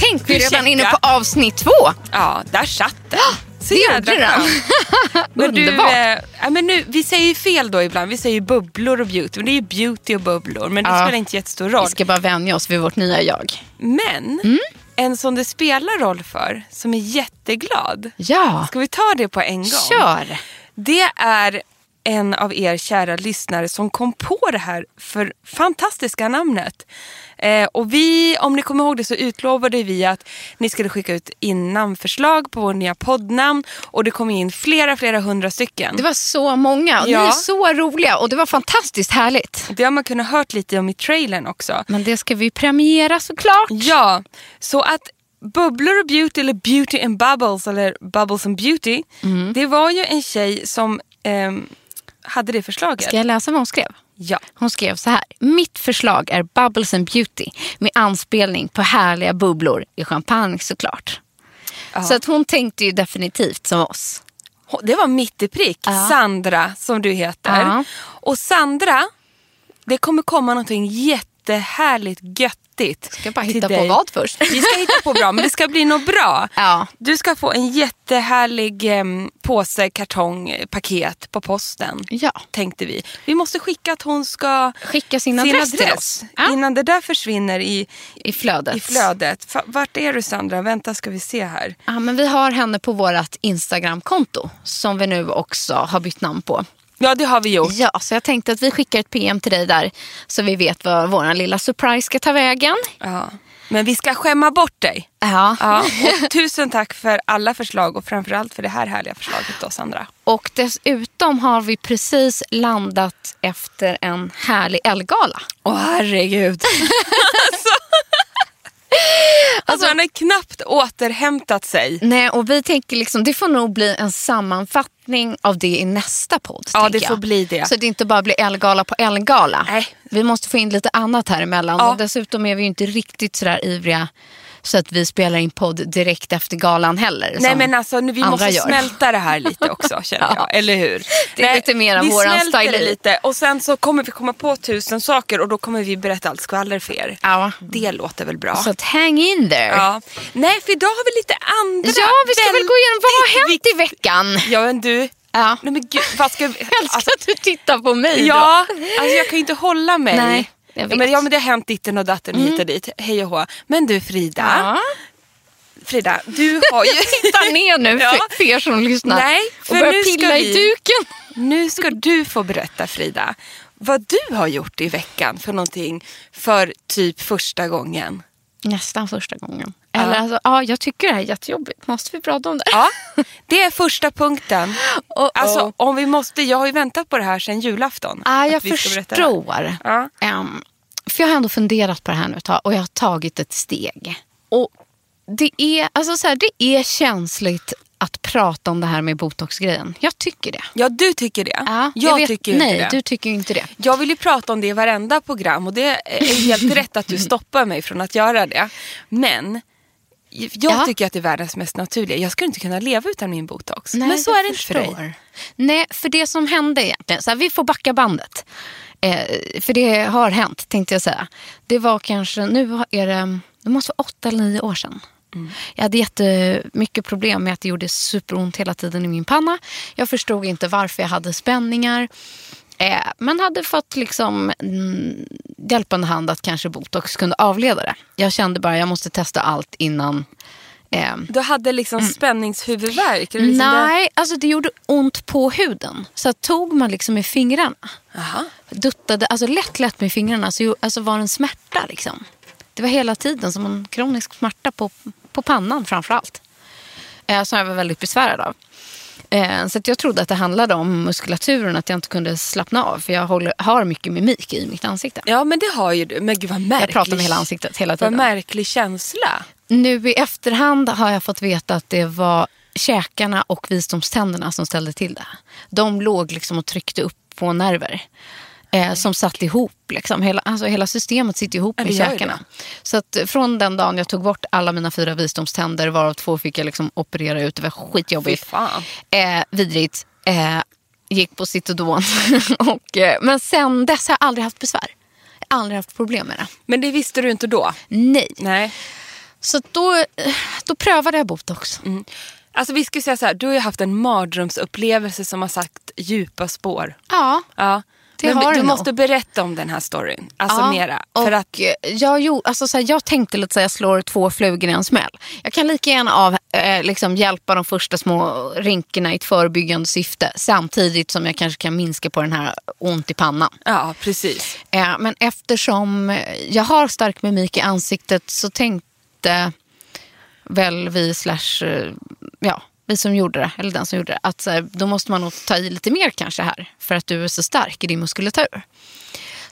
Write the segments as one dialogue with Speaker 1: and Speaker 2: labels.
Speaker 1: Tänk, vi är
Speaker 2: Ursäkta.
Speaker 1: redan inne på avsnitt två.
Speaker 2: Ja, där satt den. Så
Speaker 1: Ah, gjorde den.
Speaker 2: skönt. Men du,
Speaker 1: Underbart.
Speaker 2: eh, ja, men nu, vi säger ju fel då ibland. Vi säger ju bubblor och beauty. Men det är ju beauty och bubblor. Men det
Speaker 1: Ja.
Speaker 2: spelar inte jättestor roll.
Speaker 1: Vi ska Mm. bara vänja oss vid vårt nya jag.
Speaker 2: Men en som det spelar roll för, som är jätteglad.
Speaker 1: Ja,
Speaker 2: Ska vi ta det på en gång?
Speaker 1: kör.
Speaker 2: Det är en av er kära lyssnare som kom på det här för fantastiska namnet. Eh, och vi, om ni kommer ihåg det så utlovade vi att ni skulle skicka ut in namnförslag på vår nya poddnamn och det kom in flera, flera hundra stycken.
Speaker 1: Det var så många och
Speaker 2: Ja.
Speaker 1: ni är så roliga och det var fantastiskt härligt.
Speaker 2: Det har man kunnat hört lite om i trailern också.
Speaker 1: Men det ska vi premiera såklart.
Speaker 2: Ja, så att Bubblor och Beauty eller Beauty and Bubbles eller Bubbles and Beauty.
Speaker 1: Mm.
Speaker 2: Det var ju en tjej som ehm, hade det förslaget.
Speaker 1: Ska jag läsa vad hon skrev?
Speaker 2: Ja.
Speaker 1: Hon skrev så här. Mitt förslag är Bubbles and Beauty med anspelning på härliga bubblor i champagne såklart. Så att hon tänkte ju definitivt som oss.
Speaker 2: Hon- Det var mitt i prick. Sandra som du heter.
Speaker 1: Ja.
Speaker 2: Och Sandra, det kommer komma någonting jättehärligt göttigt.
Speaker 1: Ska jag bara
Speaker 2: till
Speaker 1: hitta på
Speaker 2: dig.
Speaker 1: vad först?
Speaker 2: Vi ska hitta på bra, men det ska bli något bra.
Speaker 1: Ja.
Speaker 2: Du ska få en jättehärlig em, påse, kartong, eh, paket på posten.
Speaker 1: Ja.
Speaker 2: Tänkte vi. Vi måste skicka att hon ska
Speaker 1: Skicka sin adress till oss. Ja.
Speaker 2: Innan det där försvinner i,
Speaker 1: I flödet.
Speaker 2: i flödet. Fa- Vart är du Sandra? Vänta ska vi se här.
Speaker 1: Ja, men vi har henne på vårt Instagramkonto som vi nu också har bytt namn på.
Speaker 2: Ja det har vi gjort.
Speaker 1: Ja, så jag tänkte att vi skickar ett PM till dig där så vi vet var vår lilla surprise ska ta vägen. Mm.
Speaker 2: Ja. Men vi ska skämma bort dig.
Speaker 1: Ja.
Speaker 2: Ja, och tusen tack för alla förslag och framförallt för det här härliga förslaget då Sandra.
Speaker 1: Och dessutom har vi precis landat efter en härlig Elgala.
Speaker 2: Åh herregud. alltså, alltså han har knappt återhämtat sig.
Speaker 1: Nej, och vi tänker liksom, det får nog bli en sammanfattning av det i nästa podd.
Speaker 2: Ja,
Speaker 1: tänker
Speaker 2: det får
Speaker 1: jag.
Speaker 2: bli det.
Speaker 1: Så det inte bara blir Elgala på Elgala.
Speaker 2: Nej.
Speaker 1: Vi måste få in lite annat här emellan.
Speaker 2: Ja.
Speaker 1: Och dessutom är vi ju inte riktigt sådär ivriga så att vi spelar in podd direkt efter galan heller.
Speaker 2: Nej
Speaker 1: som
Speaker 2: men alltså nu, vi
Speaker 1: andra
Speaker 2: måste
Speaker 1: gör.
Speaker 2: smälta det här lite också känner jag,
Speaker 1: Ja.
Speaker 2: eller hur?
Speaker 1: Det är lite mer än
Speaker 2: vi
Speaker 1: våran
Speaker 2: smälter det
Speaker 1: styling.
Speaker 2: lite och sen så kommer vi komma på tusen saker och då kommer vi berätta allt skvaller för er.
Speaker 1: Ja. Alltså,
Speaker 2: Det låter väl bra?
Speaker 1: Så att hang in there.
Speaker 2: Ja. Nej för idag har vi lite andra
Speaker 1: Ja, vi ska väl gå igenom vad har hänt
Speaker 2: väldigt
Speaker 1: i veckan?
Speaker 2: vikt- Ja men du,
Speaker 1: Ja.
Speaker 2: nej men gud vad ska vi... alltså,
Speaker 1: Jag älskar att du tittar på mig då.
Speaker 2: Ja, alltså jag kan ju inte hålla mig.
Speaker 1: Nej, jag
Speaker 2: ja,
Speaker 1: vet. Mm.
Speaker 2: men, ja, men det har hänt ditten och datten och hit och dit. Hej och hå. Men du Frida,
Speaker 1: Ja.
Speaker 2: Frida, du har ju...
Speaker 1: Titta ner nu
Speaker 2: Ja.
Speaker 1: för, för er som lyssnar
Speaker 2: Nej, för
Speaker 1: och börja
Speaker 2: nu ska
Speaker 1: pilla
Speaker 2: vi-
Speaker 1: i duken.
Speaker 2: Nu ska du få berätta Frida, vad du har gjort i veckan för någonting för typ första gången.
Speaker 1: Nästan första gången. Eller alltså, ja, jag tycker det här är jättejobbigt. Måste vi prata om det?
Speaker 2: Ja, det är första punkten.
Speaker 1: Oh, oh.
Speaker 2: Alltså om vi måste, jag har ju väntat på det här sedan julafton.
Speaker 1: Ja, jag
Speaker 2: att vi ska berätta det här.
Speaker 1: förstår.
Speaker 2: Ja.
Speaker 1: Ehm, för jag har ändå funderat på det här nu ett tag och jag har tagit ett steg. Och det är, alltså så här, det är känsligt att prata om det här med botoxgrejen. Jag tycker det.
Speaker 2: Ja, du tycker det.
Speaker 1: Ja,
Speaker 2: jag
Speaker 1: vet-
Speaker 2: tycker inte
Speaker 1: Nej,
Speaker 2: det.
Speaker 1: du tycker ju inte det.
Speaker 2: Jag vill ju prata om det i varenda program och det är helt rätt att du stoppar mig från att göra det. Men jag
Speaker 1: Ja.
Speaker 2: tycker att det är världens mest naturliga. Jag skulle inte kunna leva utan min botox.
Speaker 1: Nej,
Speaker 2: men så
Speaker 1: jag
Speaker 2: är det inte för dig.
Speaker 1: förstår. Nej, för det som hände egentligen, så här, vi får backa bandet. Eh, för det har hänt, tänkte jag säga. Det var kanske, nu är det, det måste vara åtta eller nio år sedan. Jag hade jättemycket problem med att det gjorde superont hela tiden i min panna. Jag förstod inte varför jag hade spänningar. Eh, men hade fått liksom mm, hjälpande hand att kanske botox kunde avleda det. Jag kände bara jag måste testa allt innan. Eh,
Speaker 2: Du hade liksom spänningshuvudvärk? eller Liksom det-
Speaker 1: Nej, alltså det gjorde ont på huden. Så att tog man liksom med fingrarna,
Speaker 2: Jaha.
Speaker 1: duttade alltså lätt, lätt med fingrarna, så ju- alltså var det en smärta. Liksom. Det var hela tiden som en kronisk smärta på, på pannan framför allt. Eh, som jag var väldigt besvärad av. Eh, så att jag trodde att det handlade om muskulaturen, att jag inte kunde slappna av. För jag håller, har mycket mimik i mitt ansikte.
Speaker 2: Ja men det har ju du. Men gud vad märklig.
Speaker 1: pratar med hela ansiktet hela
Speaker 2: Vad
Speaker 1: tiden.
Speaker 2: märklig känsla.
Speaker 1: Nu i efterhand har jag fått veta att det var käkarna och visdomständerna som ställde till det. De låg liksom och tryckte upp på nerver. Eh, som satt ihop. Liksom. Hela, alltså, hela systemet sitter ihop
Speaker 2: Ja, det
Speaker 1: med
Speaker 2: gör ju
Speaker 1: käkarna. Så att eh, från den dagen jag tog bort alla mina fyra visdomständer, varav två fick jag liksom operera ut. Det var skitjobbigt.
Speaker 2: Fy fan.
Speaker 1: Eh, vidrigt. Eh, gick på Citodon. och, eh, men sen dess har jag aldrig haft besvär. Jag har aldrig haft problem med det.
Speaker 2: Men det visste du inte då?
Speaker 1: Nej.
Speaker 2: Nej.
Speaker 1: Så då, då prövade jag botox.
Speaker 2: Alltså vi skulle säga så här, du har ju haft en mardrömsupplevelse som har sagt djupa spår.
Speaker 1: Ja.
Speaker 2: Ja.
Speaker 1: Det
Speaker 2: men
Speaker 1: har
Speaker 2: du
Speaker 1: det nog.
Speaker 2: måste berätta om den här storyn. Alltså
Speaker 1: ja.
Speaker 2: mera.
Speaker 1: Och
Speaker 2: För att,
Speaker 1: eh, jag, gjorde, alltså, så här, jag tänkte lite så här, jag slår två flugor i en smäll. Jag kan lika gärna av, eh, liksom, hjälpa de första små rinkorna i ett förebyggande syfte samtidigt som jag kanske kan minska på den här ont i pannan.
Speaker 2: ja, precis.
Speaker 1: Eh, men eftersom eh, jag har stark mimik i ansiktet så tänkte väl vi slash, eh, ja, vi som gjorde det, eller den som gjorde det, att så här, då måste man nog ta i lite mer kanske här för att du är så stark i din muskulatur.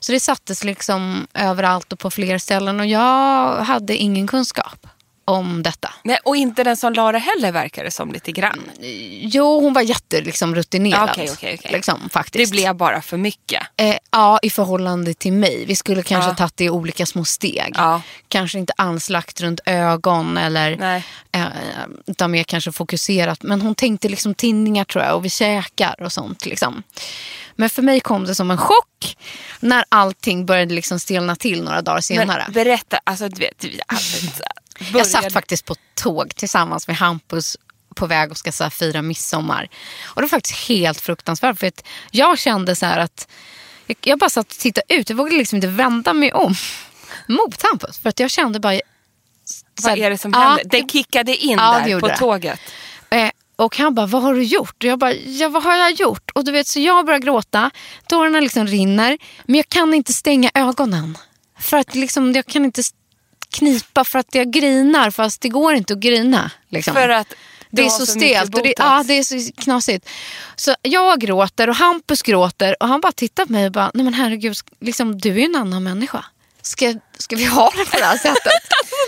Speaker 1: Så det sattes liksom överallt och på fler ställen och jag hade ingen kunskap om detta.
Speaker 2: Nej, och inte den som la det heller verkar det som lite grann.
Speaker 1: Jo, hon var jätterutinerad. Liksom, rutinerad,
Speaker 2: Ah, Okej, okej, okej.
Speaker 1: liksom,
Speaker 2: Det
Speaker 1: faktiskt.
Speaker 2: blev bara för mycket.
Speaker 1: Eh, ja, i förhållande till mig. Vi skulle kanske
Speaker 2: Ja.
Speaker 1: ha tagit det i olika små steg.
Speaker 2: Ja.
Speaker 1: Kanske inte alls lagt runt ögon eller
Speaker 2: Nej.
Speaker 1: eh, utan mer kanske fokuserat. Men hon tänkte liksom tinningar tror jag och vi käkar och sånt. Liksom. Men för mig kom det som en chock när allting började liksom stelna till några dagar senare.
Speaker 2: Men berätta, alltså du vet. Vi, alltså,
Speaker 1: Jag
Speaker 2: började-
Speaker 1: satt faktiskt på tåg tillsammans med Hampus på väg och ska så här, fira midsommar. Och det var faktiskt helt fruktansvärt för att jag kände så här att jag, jag bara satt och tittade ut. Jag vågade liksom inte vända mig om mot Hampus för att jag kände bara... så här- "Ah,
Speaker 2: Vad är det som
Speaker 1: Ja,
Speaker 2: händer? Den kickade in
Speaker 1: Ja, det
Speaker 2: där
Speaker 1: gjorde
Speaker 2: på
Speaker 1: det.
Speaker 2: tåget.
Speaker 1: Eh, och han bara, vad har du gjort? Och jag bara, ja vad har jag gjort? Och du vet, så jag börjar gråta, tårarna liksom rinner, men jag kan inte stänga ögonen. För att liksom, jag kan inte s- knipa för att jag grinar, fast det går inte att grina. Liksom.
Speaker 2: För att du
Speaker 1: det
Speaker 2: har
Speaker 1: är så
Speaker 2: så mycket
Speaker 1: stelt och det,
Speaker 2: botox.
Speaker 1: ja, det är så knasigt. Så jag gråter och Hampus gråter och han bara tittar på mig och bara, nej men herregud, sk- liksom, du är ju en annan människa. Ska, ska vi ha det på det här sättet?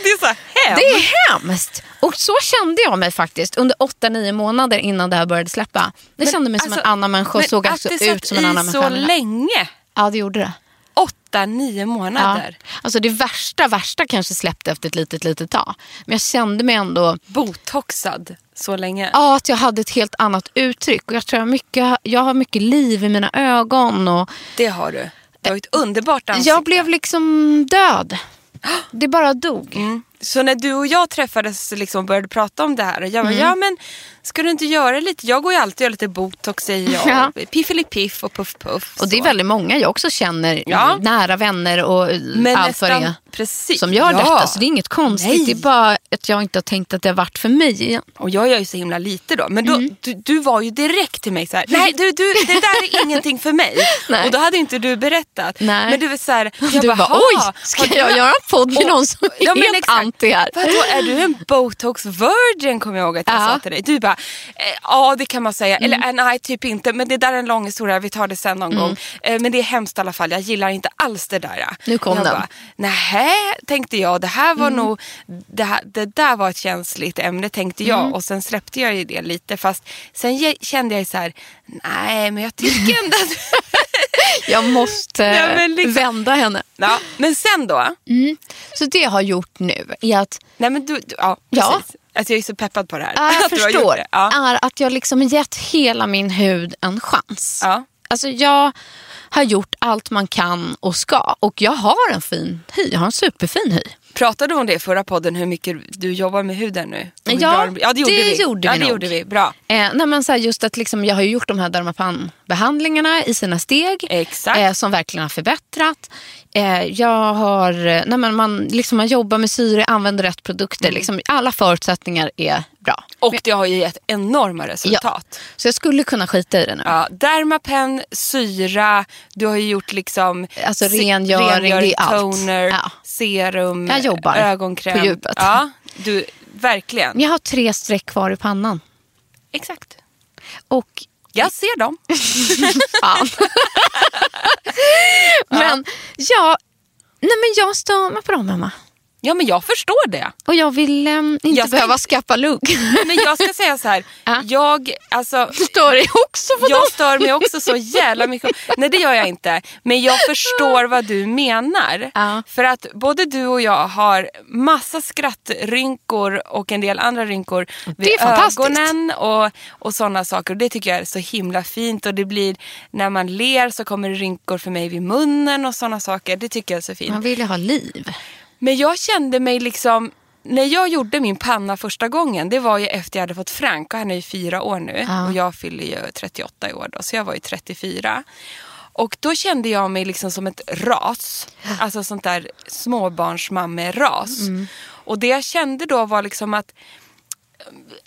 Speaker 2: Det är så hemskt.
Speaker 1: Det är hemskt! Och så kände jag mig faktiskt under 8-9 månader innan det här började släppa. Jag kände mig som
Speaker 2: Alltså,
Speaker 1: en annan människa och
Speaker 2: men
Speaker 1: såg
Speaker 2: att
Speaker 1: alltså
Speaker 2: det satt
Speaker 1: ut som en annan
Speaker 2: i
Speaker 1: människa.
Speaker 2: så länge.
Speaker 1: Ja, det gjorde det.
Speaker 2: Åtta, nio
Speaker 1: Ja.
Speaker 2: månader.
Speaker 1: Alltså det värsta, värsta kanske släppte efter ett litet, litet tag. Men jag kände mig ändå,
Speaker 2: Botoxad så länge.
Speaker 1: ja att jag hade ett helt annat uttryck. Och jag tror jag, har mycket, jag har mycket liv i mina ögon. Och
Speaker 2: Det har du. Du har ju ett underbart ansikte.
Speaker 1: jag blev liksom död. Det bara dog.
Speaker 2: Mm. Så när du och jag träffades och liksom började prata om det här. Och jag
Speaker 1: Mm.
Speaker 2: bara, ja men ska du inte göra lite? Jag går ju alltid och gör lite botox säger jag.
Speaker 1: Ja.
Speaker 2: Piffelipiff och puff puff.
Speaker 1: Och det är
Speaker 2: så.
Speaker 1: väldigt många jag också känner,
Speaker 2: Ja.
Speaker 1: nära vänner och eh,
Speaker 2: Men
Speaker 1: allt vad det
Speaker 2: nästan
Speaker 1: är.
Speaker 2: precis.
Speaker 1: som gör
Speaker 2: Ja.
Speaker 1: detta. Så det är inget konstigt.
Speaker 2: Nej.
Speaker 1: Det är bara att jag inte har tänkt att det har varit för mig. igen.
Speaker 2: Och jag gör ju så himla lite då. Men då,
Speaker 1: Mm.
Speaker 2: du, du var ju direkt till mig så här. nej du, du, det där är ingenting för mig.
Speaker 1: Nej.
Speaker 2: Och då hade inte du berättat.
Speaker 1: Nej.
Speaker 2: Men du var så här, jag
Speaker 1: Du bara,
Speaker 2: "Ha,
Speaker 1: oj,
Speaker 2: har
Speaker 1: ska
Speaker 2: du-
Speaker 1: jag göra en podd med
Speaker 2: Och-
Speaker 1: någon som är
Speaker 2: Ja, men
Speaker 1: helt
Speaker 2: exakt.
Speaker 1: anti här?
Speaker 2: Vadå, är du en botox virgin kommer jag ihåg att jag
Speaker 1: Ja. Mm.
Speaker 2: sa till dig. Du bara, eh, ja det kan man säga. Eller eh, nej typ inte, men det där är en lång historia, vi tar det sen någon gång. Eh, men det är hemskt i alla fall, jag gillar inte alls det där.
Speaker 1: Nu kom
Speaker 2: jag
Speaker 1: den. Mm.
Speaker 2: Bara, Nähä, nej, tänkte jag. Det här var nog, det, här, det där var ett känsligt ämne tänkte jag.
Speaker 1: Mm.
Speaker 2: Och sen släppte jag ju det lite. Fast sen ge, kände jag ju så här, nej men jag tycker ändå att...
Speaker 1: Jag måste
Speaker 2: Ja, men liksom-
Speaker 1: vända henne.
Speaker 2: ja, men sen då.
Speaker 1: Så det jag har gjort nu är att
Speaker 2: Nej men du, du ja
Speaker 1: Ja.
Speaker 2: precis. Alltså jag är så peppad på det här.
Speaker 1: Ja, jag
Speaker 2: Att du har gjort
Speaker 1: förstår.
Speaker 2: det. Ja.
Speaker 1: Är att jag liksom gett hela min hud en chans.
Speaker 2: Ja.
Speaker 1: Alltså jag har gjort allt man kan och ska. Och jag har en fin hy. Jag har en superfin hy.
Speaker 2: Pratade du om det i förra podden hur mycket du jobbar med huden nu? Och hur
Speaker 1: Ja,
Speaker 2: bra den blir? ja det gjorde
Speaker 1: det
Speaker 2: vi.
Speaker 1: gjorde
Speaker 2: ja,
Speaker 1: vi
Speaker 2: det
Speaker 1: nog.
Speaker 2: gjorde vi. Bra.
Speaker 1: Eh, nej men så här, just att liksom, jag har ju gjort de här Dermapan-behandlingarna i sina steg.
Speaker 2: Exakt.
Speaker 1: Eh, som verkligen har förbättrat. Eh, jag har, eh, nej men man, liksom, man jobbar med syre, använder rätt produkter.
Speaker 2: Mm.
Speaker 1: Liksom, alla förutsättningar är bra.
Speaker 2: Och det har ju gett enorma resultat.
Speaker 1: Så jag skulle kunna skita i det nu.
Speaker 2: Ja, Dermapen, syra, du har ju gjort liksom
Speaker 1: Alltså
Speaker 2: se-
Speaker 1: rengöring, det är allt.
Speaker 2: toner,
Speaker 1: Ja.
Speaker 2: serum,
Speaker 1: Jag jobbar
Speaker 2: ögonkräm.
Speaker 1: på djupet.
Speaker 2: Ja, du, verkligen.
Speaker 1: Men jag har tre streck kvar i pannan.
Speaker 2: Exakt.
Speaker 1: Och
Speaker 2: Jag ser dem.
Speaker 1: fan. men ja, nej men jag stör mig på dem Emma.
Speaker 2: Ja men jag förstår det.
Speaker 1: Och jag vill em, inte
Speaker 2: Jag ska
Speaker 1: behöva
Speaker 2: inte-
Speaker 1: skaffa lugg.
Speaker 2: Men jag ska säga så här,
Speaker 1: Ja.
Speaker 2: jag, alltså,
Speaker 1: Du stör dig också på dem.
Speaker 2: jag stör mig också så jävla mycket. Nej det gör jag inte. Men jag förstår vad du menar.
Speaker 1: Ja.
Speaker 2: För att både du och jag har massa skrattrynkor och en del andra rynkor vid
Speaker 1: är fantastiskt.
Speaker 2: ögonen och, och sådana saker. Och det tycker jag är så himla fint. Och det blir, när man ler så kommer det rynkor för mig vid munnen och sådana saker. Det tycker jag är så fint.
Speaker 1: Man vill ju ha liv.
Speaker 2: Men jag kände mig liksom... När jag gjorde min panna första gången, det var ju efter jag hade fått Frank och han är ju fyra år nu
Speaker 1: Ja.
Speaker 2: och jag fyller ju 38 i år då, så jag var ju 34. Och då kände jag mig liksom som ett ras, alltså sånt där småbarnsmamme-ras. Och det jag kände då var liksom att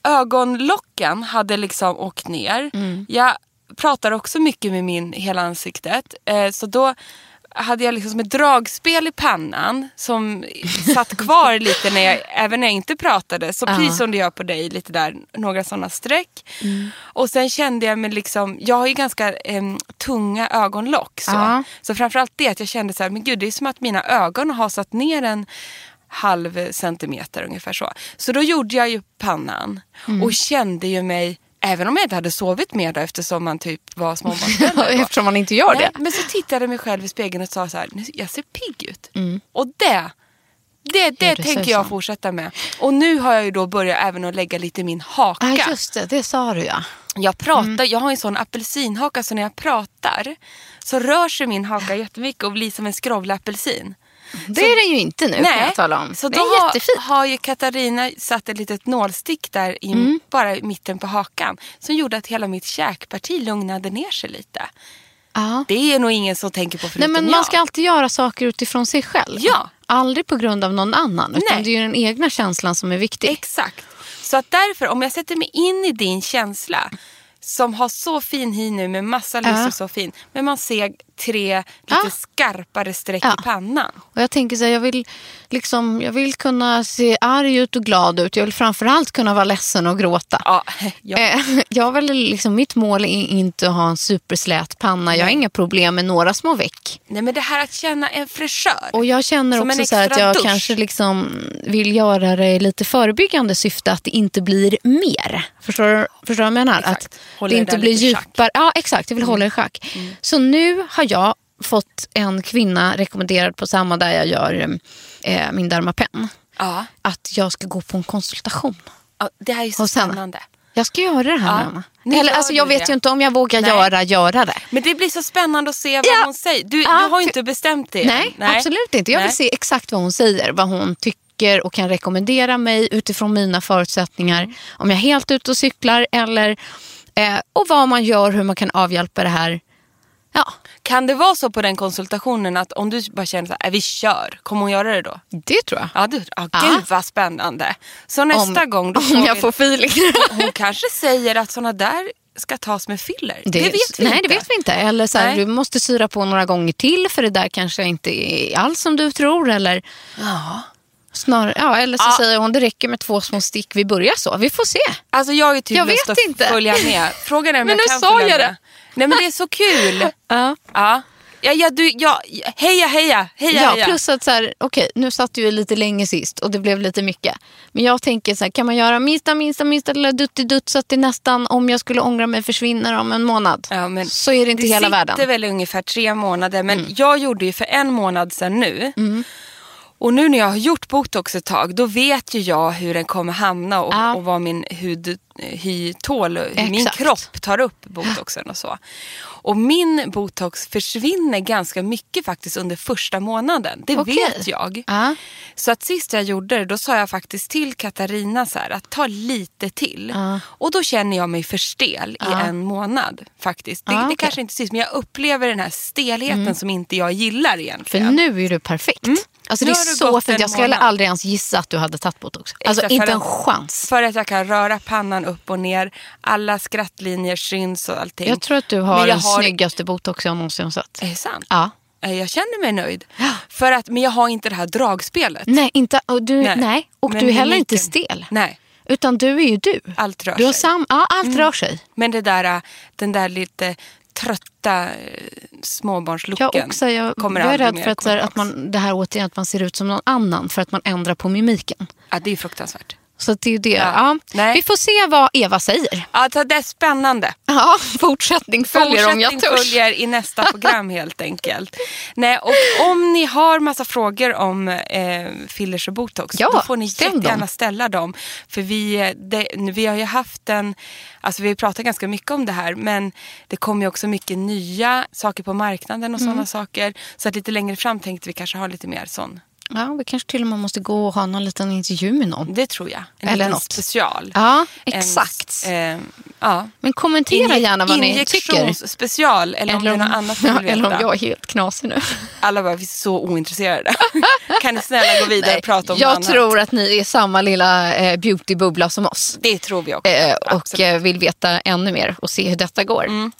Speaker 2: ögonlocken hade liksom åkt ner. Jag pratar också mycket med min hela ansiktet. Eh, så då hade jag liksom ett dragspel i pannan som satt kvar lite när jag, även när jag inte pratade. Så precis som det gör på dig, lite där, några sådana streck. Och sen kände jag mig liksom, jag har ju ganska em, tunga ögonlock. Så.
Speaker 1: Ja.
Speaker 2: så framförallt det att jag kände så här, men gud det är som att mina ögon har satt ner en halv centimeter ungefär så. Så då gjorde jag ju pannan
Speaker 1: Mm.
Speaker 2: och kände ju mig, även om jag inte hade sovit mer då eftersom man typ var småbarnsförälder då.
Speaker 1: Eftersom man inte gör
Speaker 2: Nej,
Speaker 1: det.
Speaker 2: Men så tittade jag mig själv i spegeln och sa så här, "Nu, jag ser pigg ut. Och det, det, det
Speaker 1: det
Speaker 2: tänker
Speaker 1: ser
Speaker 2: jag
Speaker 1: Mm. så.
Speaker 2: fortsätta med. Och nu har jag ju då börjat även att lägga lite min haka.
Speaker 1: Ja, just det. Det sa du ja.
Speaker 2: Jag pratar,
Speaker 1: Mm.
Speaker 2: jag har en sån apelsinhaka så när jag pratar så rör sig min haka jättemycket och blir som en skrovlig apelsin.
Speaker 1: Det är den ju inte nu kan jag tala om.
Speaker 2: Så
Speaker 1: det
Speaker 2: då
Speaker 1: är
Speaker 2: har-
Speaker 1: jättefint.
Speaker 2: har ju Katarina satt ett litet nålstick där i,
Speaker 1: Mm.
Speaker 2: bara i mitten på hakan som gjorde att hela mitt käkparti lugnade ner sig lite.
Speaker 1: Ja.
Speaker 2: Det är nog ingen som tänker på
Speaker 1: Nej,
Speaker 2: förutom
Speaker 1: men
Speaker 2: jag.
Speaker 1: man ska alltid göra saker utifrån sig själv.
Speaker 2: Ja.
Speaker 1: Aldrig på grund av någon annan. Utan
Speaker 2: Nej.
Speaker 1: det är ju den egna känslan som är viktig.
Speaker 2: Exakt. Så att därför, om jag sätter mig in i din känsla som har så fin hy nu med massa lyss
Speaker 1: Ja.
Speaker 2: och så fin. Men man ser tre lite
Speaker 1: Ja.
Speaker 2: skarpare streck
Speaker 1: Ja.
Speaker 2: i pannan.
Speaker 1: Och jag tänker så här, jag vill, liksom, jag vill kunna se arg ut och glad ut. Jag vill framförallt kunna vara ledsen och gråta.
Speaker 2: Ja, ja.
Speaker 1: Eh, Jag vill, liksom, mitt mål är inte att ha en superslät panna. Jag har inga problem med några små veck.
Speaker 2: Nej men det här att känna en fräschör.
Speaker 1: Och jag känner
Speaker 2: Som en
Speaker 1: också så här att
Speaker 2: extra
Speaker 1: jag
Speaker 2: dusch.
Speaker 1: kanske liksom vill göra det i lite förebyggande syfte att det inte blir mer. Förstår du förstår du vad jag menar?
Speaker 2: Exakt.
Speaker 1: Att
Speaker 2: Håller
Speaker 1: det
Speaker 2: det
Speaker 1: inte
Speaker 2: där
Speaker 1: blir
Speaker 2: lite i schack. Mm.
Speaker 1: djupare. Ja, exakt. Jag vill hålla det i schack. Så nu har jag fått en kvinna rekommenderad på samma där jag gör eh, min Dermapen.
Speaker 2: Ja.
Speaker 1: Att jag ska gå på en konsultation.
Speaker 2: ja, det här är ju så
Speaker 1: Och sen-
Speaker 2: spännande.
Speaker 1: Jag ska göra det här
Speaker 2: Ja.
Speaker 1: Emma.
Speaker 2: Nu
Speaker 1: Eller,
Speaker 2: gör
Speaker 1: alltså,
Speaker 2: du
Speaker 1: jag vet
Speaker 2: det.
Speaker 1: ju inte om jag vågar
Speaker 2: Nej.
Speaker 1: göra, göra det.
Speaker 2: Men det blir så spännande att se vad
Speaker 1: Ja.
Speaker 2: hon säger. Du,
Speaker 1: Ja,
Speaker 2: du har ju
Speaker 1: för-
Speaker 2: inte bestämt dig än.
Speaker 1: Nej, absolut inte. Jag vill
Speaker 2: Nej.
Speaker 1: se exakt vad hon säger, vad hon tycker och kan rekommendera mig utifrån mina förutsättningar.
Speaker 2: Mm.
Speaker 1: Om jag är helt ute och cyklar eller eh, och vad man gör, hur man kan avhjälpa det här. Ja,
Speaker 2: Kan det vara så på den konsultationen att om du bara känner så här, "Äh, vi kör, kommer hon göra det då?
Speaker 1: det tror jag.
Speaker 2: Ja, du, ja,
Speaker 1: Ja.
Speaker 2: gud vad spännande. Så nästa
Speaker 1: om,
Speaker 2: gång då
Speaker 1: om
Speaker 2: får
Speaker 1: jag
Speaker 2: vi-
Speaker 1: får feeling.
Speaker 2: Hon kanske säger att såna där ska tas med filler. Det, vet vi
Speaker 1: nej,
Speaker 2: inte.
Speaker 1: det vet vi inte. Eller så här,
Speaker 2: Nej.
Speaker 1: du måste syra på några gånger till för det där kanske inte är alls som du tror. Eller, Snarare, ja, eller så
Speaker 2: Ja.
Speaker 1: säger hon det räcker med två små stick, vi börjar så. Vi får se.
Speaker 2: Alltså jag har ju typ
Speaker 1: Jag
Speaker 2: lust
Speaker 1: vet
Speaker 2: att
Speaker 1: inte.
Speaker 2: följa med. Frågan är om
Speaker 1: Men
Speaker 2: jag
Speaker 1: nu
Speaker 2: kan
Speaker 1: sa
Speaker 2: följa
Speaker 1: jag
Speaker 2: med.
Speaker 1: det.
Speaker 2: Nej men det är så kul.
Speaker 1: Ja.
Speaker 2: ja. ja, ja, du, ja, ja, heja, heja, heja,
Speaker 1: Ja,
Speaker 2: heja.
Speaker 1: plus att så här, okej, nu satt du ju lite länge sist och det blev lite mycket. Men jag tänker så här, kan man göra minsta, minsta, minsta lilla duttidutt så att det nästan, om jag skulle ångra mig, försvinner om en månad.
Speaker 2: Ja, men
Speaker 1: så är det inte hela världen. Mm.
Speaker 2: Det sitter väl ungefär tre månader men jag gjorde ju för en månad sedan nu. Och nu när jag har gjort botox ett tag då vet ju jag hur den kommer hamna och,
Speaker 1: Ja.
Speaker 2: och vad min hud hy tål och hur min
Speaker 1: Exakt.
Speaker 2: kropp tar upp botoxen och så. Och min botox försvinner ganska mycket faktiskt under första månaden. Det
Speaker 1: Okej.
Speaker 2: vet jag.
Speaker 1: Ja.
Speaker 2: Så att sist jag gjorde det då sa jag faktiskt till Katarina så här, att ta lite till. Och då känner jag mig för stel i en månad faktiskt. Det,
Speaker 1: Ja,
Speaker 2: det
Speaker 1: okej. Mm.
Speaker 2: kanske inte syns men jag upplever den här stelheten som inte jag gillar
Speaker 1: För
Speaker 2: egentligen.
Speaker 1: nu är du perfekt. Alltså,
Speaker 2: Mm. Nu
Speaker 1: det är
Speaker 2: har det
Speaker 1: så
Speaker 2: gått
Speaker 1: fint.
Speaker 2: en
Speaker 1: Jag skulle
Speaker 2: månad.
Speaker 1: aldrig ens gissa att du hade tagit botox. Alltså
Speaker 2: Exakt,
Speaker 1: inte
Speaker 2: för
Speaker 1: en
Speaker 2: att-
Speaker 1: chans.
Speaker 2: För att jag kan röra pannan upp och ner, alla skrattlinjer syns och allting.
Speaker 1: Jag tror att du
Speaker 2: Men
Speaker 1: har
Speaker 2: jag
Speaker 1: den snyggaste botox jag någonsin har sett.
Speaker 2: Är det sant?
Speaker 1: Ja.
Speaker 2: Eh, Jag känner mig nöjd. För att, men jag har inte det här dragspelet.
Speaker 1: Nej, inte, och du, nej. och
Speaker 2: Men
Speaker 1: du är heller
Speaker 2: mimiken-
Speaker 1: inte stel.
Speaker 2: Nej,
Speaker 1: Utan du är ju du.
Speaker 2: allt rör
Speaker 1: Du har
Speaker 2: sig. Mm.
Speaker 1: sam, ja, allt rör sig.
Speaker 2: Men det där, eh, den där lite trötta eh, småbarnslooken
Speaker 1: Jag, också, jag,
Speaker 2: kommer
Speaker 1: jag är
Speaker 2: aldrig
Speaker 1: rädd
Speaker 2: mer
Speaker 1: för att, så
Speaker 2: komma
Speaker 1: här, att
Speaker 2: tillbaks.
Speaker 1: man, det här återigen att man ser ut som någon annan för att man ändrar på mimiken.
Speaker 2: Ja, det är fruktansvärt.
Speaker 1: Så att det är ju det.
Speaker 2: Ja.
Speaker 1: Ja.
Speaker 2: Nej.
Speaker 1: Vi får se vad Eva säger.
Speaker 2: Alltså, det är spännande.
Speaker 1: Ja, fortsättning följer om jag
Speaker 2: Fortsättning
Speaker 1: törs.
Speaker 2: följer i nästa program helt enkelt. Nej, och om ni har massa frågor om eh, fillers och botox,
Speaker 1: Ja,
Speaker 2: då får ni
Speaker 1: ställ
Speaker 2: jättegärna
Speaker 1: dem.
Speaker 2: ställa dem. För vi, eh, det, vi har ju haft en, alltså vi har ju pratat ganska mycket om det här, men det kommer ju också mycket nya saker på marknaden
Speaker 1: Mm.
Speaker 2: och sådana saker. Så att lite längre fram tänkte vi kanske ha lite mer sån.
Speaker 1: Ja, vi kanske till och med måste gå och ha någon liten intervju med någon.
Speaker 2: Det tror jag. En
Speaker 1: Eller
Speaker 2: liten
Speaker 1: något.
Speaker 2: special.
Speaker 1: Ja,
Speaker 2: En,
Speaker 1: exakt.
Speaker 2: eh, ja.
Speaker 1: Men kommentera gärna vad ni tycker.
Speaker 2: Injektionsspecial, eller, om det är något annat ni vill
Speaker 1: ja,
Speaker 2: veta.
Speaker 1: eller om jag är helt knasig nu.
Speaker 2: Alla bara, vi är så ointresserade. kan ni snälla gå vidare
Speaker 1: Nej,
Speaker 2: och prata om
Speaker 1: jag
Speaker 2: något annat?
Speaker 1: tror att ni är samma lilla eh, beautybubbla som oss.
Speaker 2: Det tror vi också.
Speaker 1: Eh, och
Speaker 2: Absolut. Mm.
Speaker 1: eh, vill veta ännu mer och se hur detta går.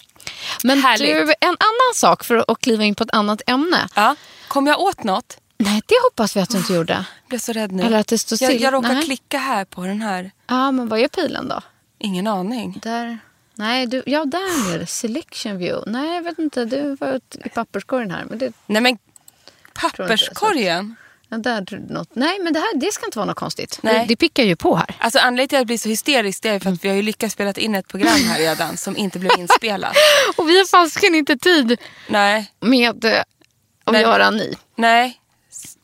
Speaker 1: Men
Speaker 2: Härligt.
Speaker 1: du, en annan sak för att- att kliva in på ett annat ämne.
Speaker 2: ja. Kom jag åt något?
Speaker 1: Nej, det hoppas vi att du inte gjorde.
Speaker 2: Jag blev så rädd nu.
Speaker 1: Eller att det står
Speaker 2: jag,
Speaker 1: still.
Speaker 2: jag råkar
Speaker 1: Nej.
Speaker 2: klicka här på den här.
Speaker 1: Ja, men vad är pilen då?
Speaker 2: Ingen aning.
Speaker 1: Där. Nej, du, ja där nere. Selection view. Nej, jag vet inte. Du var ut- i papperskorgen här. Men det,
Speaker 2: Nej men,
Speaker 1: inte det, så.
Speaker 2: papperskorgen.
Speaker 1: ja, där, tror du något. Nej, men det, här, det ska inte vara något konstigt.
Speaker 2: Nej.
Speaker 1: Det, det pickar ju på här.
Speaker 2: Alltså anledningen till att jag blir så hysterisk det är för att vi har ju lyckats spela in ett program här redan som inte blev inspelat.
Speaker 1: Och vi har fasken inte tid
Speaker 2: Nej,
Speaker 1: med eh, att
Speaker 2: Nej.
Speaker 1: göra ny.
Speaker 2: nej.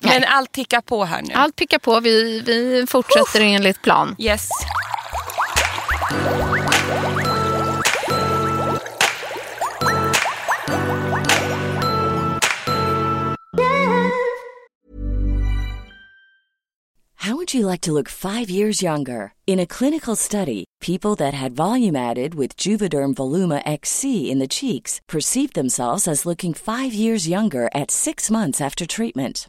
Speaker 2: Men
Speaker 1: Nej.
Speaker 2: allt tickar på här nu.
Speaker 1: Allt pickar på. Vi, vi fortsätter enligt plan.
Speaker 2: Yes.
Speaker 3: How would you like to look five years younger? In a clinical study, people that had volume added with Juvederm Voluma XC in the cheeks perceived themselves as looking five years younger at six months after treatment.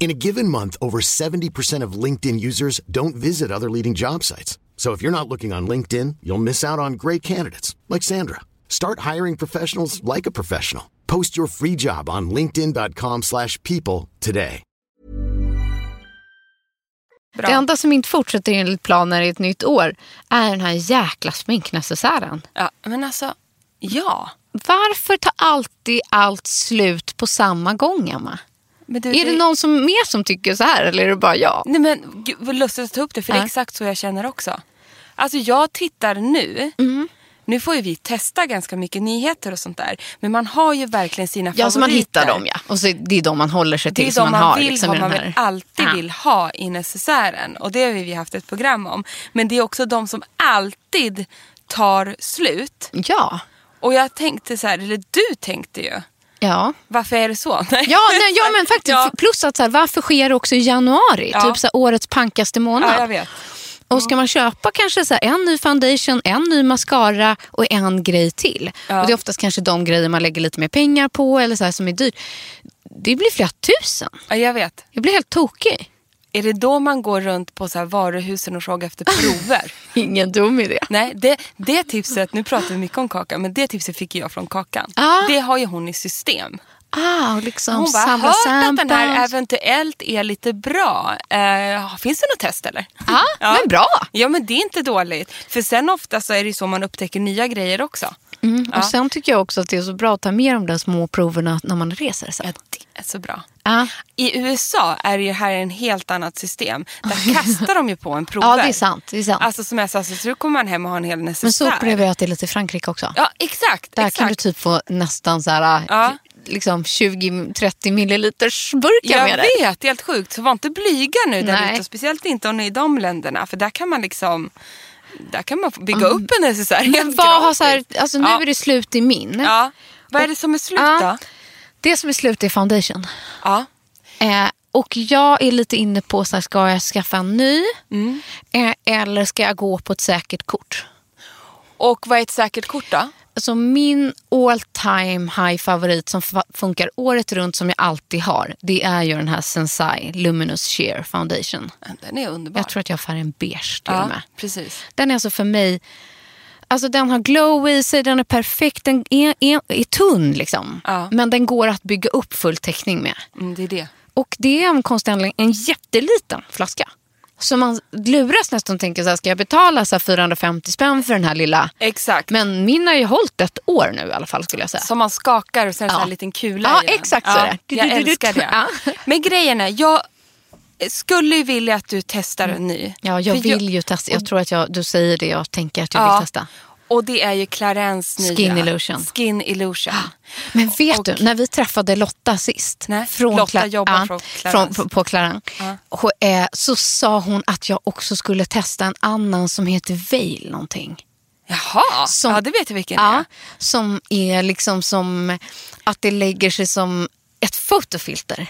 Speaker 4: In a given month, over 70% of LinkedIn users don't visit other leading job sites. So if you're not looking on LinkedIn, you'll miss out on great candidates like Sandra. Start hiring professionals like a professional. Post your free job on linkedin.com/people slash people today.
Speaker 2: Bra.
Speaker 1: Det enda som inte fortsätter enligt planer i ett nytt år är den här jäkla sminknecessären.
Speaker 2: Ja, men alltså, ja.
Speaker 1: Varför tar alltid allt slut på samma gång, Emma?
Speaker 2: Men du,
Speaker 1: Är det någon som, mer som tycker så här eller är det bara jag?
Speaker 2: Nej men gud, vad lustigt att ta upp det för det är
Speaker 1: Ja.
Speaker 2: exakt så jag känner också. Alltså jag tittar nu.
Speaker 1: Mm.
Speaker 2: Nu får ju vi testa ganska mycket nyheter och sånt där. Men man har ju verkligen sina
Speaker 1: Ja,
Speaker 2: favoriter.
Speaker 1: så man hittar dem ja. Och så är det är de man håller sig
Speaker 2: Det
Speaker 1: till.
Speaker 2: är
Speaker 1: som
Speaker 2: de man,
Speaker 1: har,
Speaker 2: vill
Speaker 1: liksom, i
Speaker 2: ha,
Speaker 1: den
Speaker 2: man
Speaker 1: här-
Speaker 2: vill alltid
Speaker 1: Ja.
Speaker 2: vill ha i necessären. Och det har vi haft ett program om. Men det är också de som alltid tar slut.
Speaker 1: Ja.
Speaker 2: Och jag tänkte så här, eller du tänkte ju.
Speaker 1: Ja.
Speaker 2: Varför är det så? Nej.
Speaker 1: Ja, nej, ja, men faktiskt.
Speaker 2: Ja.
Speaker 1: Plus att så här, varför sker det också i januari?
Speaker 2: Ja.
Speaker 1: Typ så här, årets pankaste månad.
Speaker 2: Ja, jag vet. Mm.
Speaker 1: Och ska man köpa kanske så här, en ny foundation, en ny mascara och en grej till. Och Det är oftast kanske de grejer man lägger lite mer pengar på eller så här, som är dyrt. Det blir flera tusen.
Speaker 2: Ja, jag vet.
Speaker 1: Jag blir helt tokig.
Speaker 2: Är det då man går runt på så här varuhusen och frågar efter prover?
Speaker 1: Ingen dum idé.
Speaker 2: Nej, det, det tipset, nu pratar vi mycket om Kakan, men det tipset fick jag från Kakan.
Speaker 1: Ah.
Speaker 2: Det har ju hon i system.
Speaker 1: Ah, och liksom
Speaker 2: Hon bara,
Speaker 1: samla
Speaker 2: hört att den här
Speaker 1: samples.
Speaker 2: eventuellt är lite bra. Eh, finns det något test eller?
Speaker 1: Ah, men bra.
Speaker 2: Ja, men det är inte dåligt. För sen ofta så är det ju så man upptäcker nya grejer också.
Speaker 1: Mm, och Sen tycker jag också att det är så bra att ta med de där små proverna när man reser sen.
Speaker 2: Det är så bra.
Speaker 1: Ja.
Speaker 2: I USA är det ju här en helt annat system. Där kastar de ju på en prover.
Speaker 1: Ja, det är sant. Det är sant.
Speaker 2: Alltså som jag sa, så tror kommer man hem och har en hel necessär.
Speaker 1: Men så upplever jag att det är lite i Frankrike också.
Speaker 2: Ja, exakt.
Speaker 1: Där
Speaker 2: exakt.
Speaker 1: kan du typ få nästan så här, äh,
Speaker 2: Ja.
Speaker 1: liksom 20-30 milliliters burkar
Speaker 2: Jag
Speaker 1: med dig.
Speaker 2: vet, helt sjukt. Så var inte blyga nu där
Speaker 1: Nej.
Speaker 2: ute. och Speciellt inte om ni är i de länderna. För där kan man liksom där kan man få bygga upp en necessär.
Speaker 1: Mm. Men
Speaker 2: helt
Speaker 1: vad har
Speaker 2: gratis.
Speaker 1: så här, alltså nu
Speaker 2: Ja.
Speaker 1: är det slut i min.
Speaker 2: Ja. Vad är det som är slut
Speaker 1: Ja.
Speaker 2: då?
Speaker 1: Det som är slut är foundation.
Speaker 2: Ja.
Speaker 1: Eh, och jag är lite inne på, så här, ska jag skaffa en ny?
Speaker 2: Mm.
Speaker 1: Eh, eller ska jag gå på ett säkert kort?
Speaker 2: Och vad är ett säkert kort då?
Speaker 1: Alltså min all time high favorit som fa- funkar året runt som jag alltid har. Det är ju den här Sensai Luminous Sheer Foundation.
Speaker 2: Den är underbar.
Speaker 1: Jag tror att jag har färgen beige till och
Speaker 2: ja,
Speaker 1: med.
Speaker 2: precis.
Speaker 1: Den är alltså för mig... Alltså den har glow i sig, den är perfekt, den är, är, är tunn liksom.
Speaker 2: Ja.
Speaker 1: Men den går att bygga upp full täckning med.
Speaker 2: Mm, det är det.
Speaker 1: Och det är en konstnärlig, en jätteliten flaska. Så man luras nästan och tänker så här, ska jag betala så här 450 spänn för den här lilla?
Speaker 2: Exakt.
Speaker 1: Men min har ju hållit ett år nu i alla fall skulle jag säga.
Speaker 2: Som man skakar och sen ja. så
Speaker 1: Ja.
Speaker 2: här en liten kula
Speaker 1: Ja,
Speaker 2: i den.
Speaker 1: exakt så är det.
Speaker 2: Jag
Speaker 1: Du, du, du, du.
Speaker 2: älskar det.
Speaker 1: Ja.
Speaker 2: Men grejen är, jag skulle ju vilja att du testar en ny.
Speaker 1: Ja, jag
Speaker 2: För
Speaker 1: vill ju testa. Jag tror att jag, du säger det jag tänker att jag
Speaker 2: Ja.
Speaker 1: vill testa.
Speaker 2: Och det är ju Clarins nya.
Speaker 1: Skin Illusion.
Speaker 2: Skin Illusion.
Speaker 1: Men vet
Speaker 2: Och-
Speaker 1: du, när vi träffade Lotta sist.
Speaker 2: Nej, Lotta
Speaker 1: Cla-
Speaker 2: jobbar
Speaker 1: ja,
Speaker 2: från
Speaker 1: från,
Speaker 2: Clarins.
Speaker 1: på, på Clarin. Och, eh, så sa hon att jag också skulle testa en annan som heter Veil någonting.
Speaker 2: Jaha,
Speaker 1: Som-
Speaker 2: ja det vet jag vilken det
Speaker 1: Ja,
Speaker 2: är.
Speaker 1: som är liksom som att det lägger sig som ett fotofilter.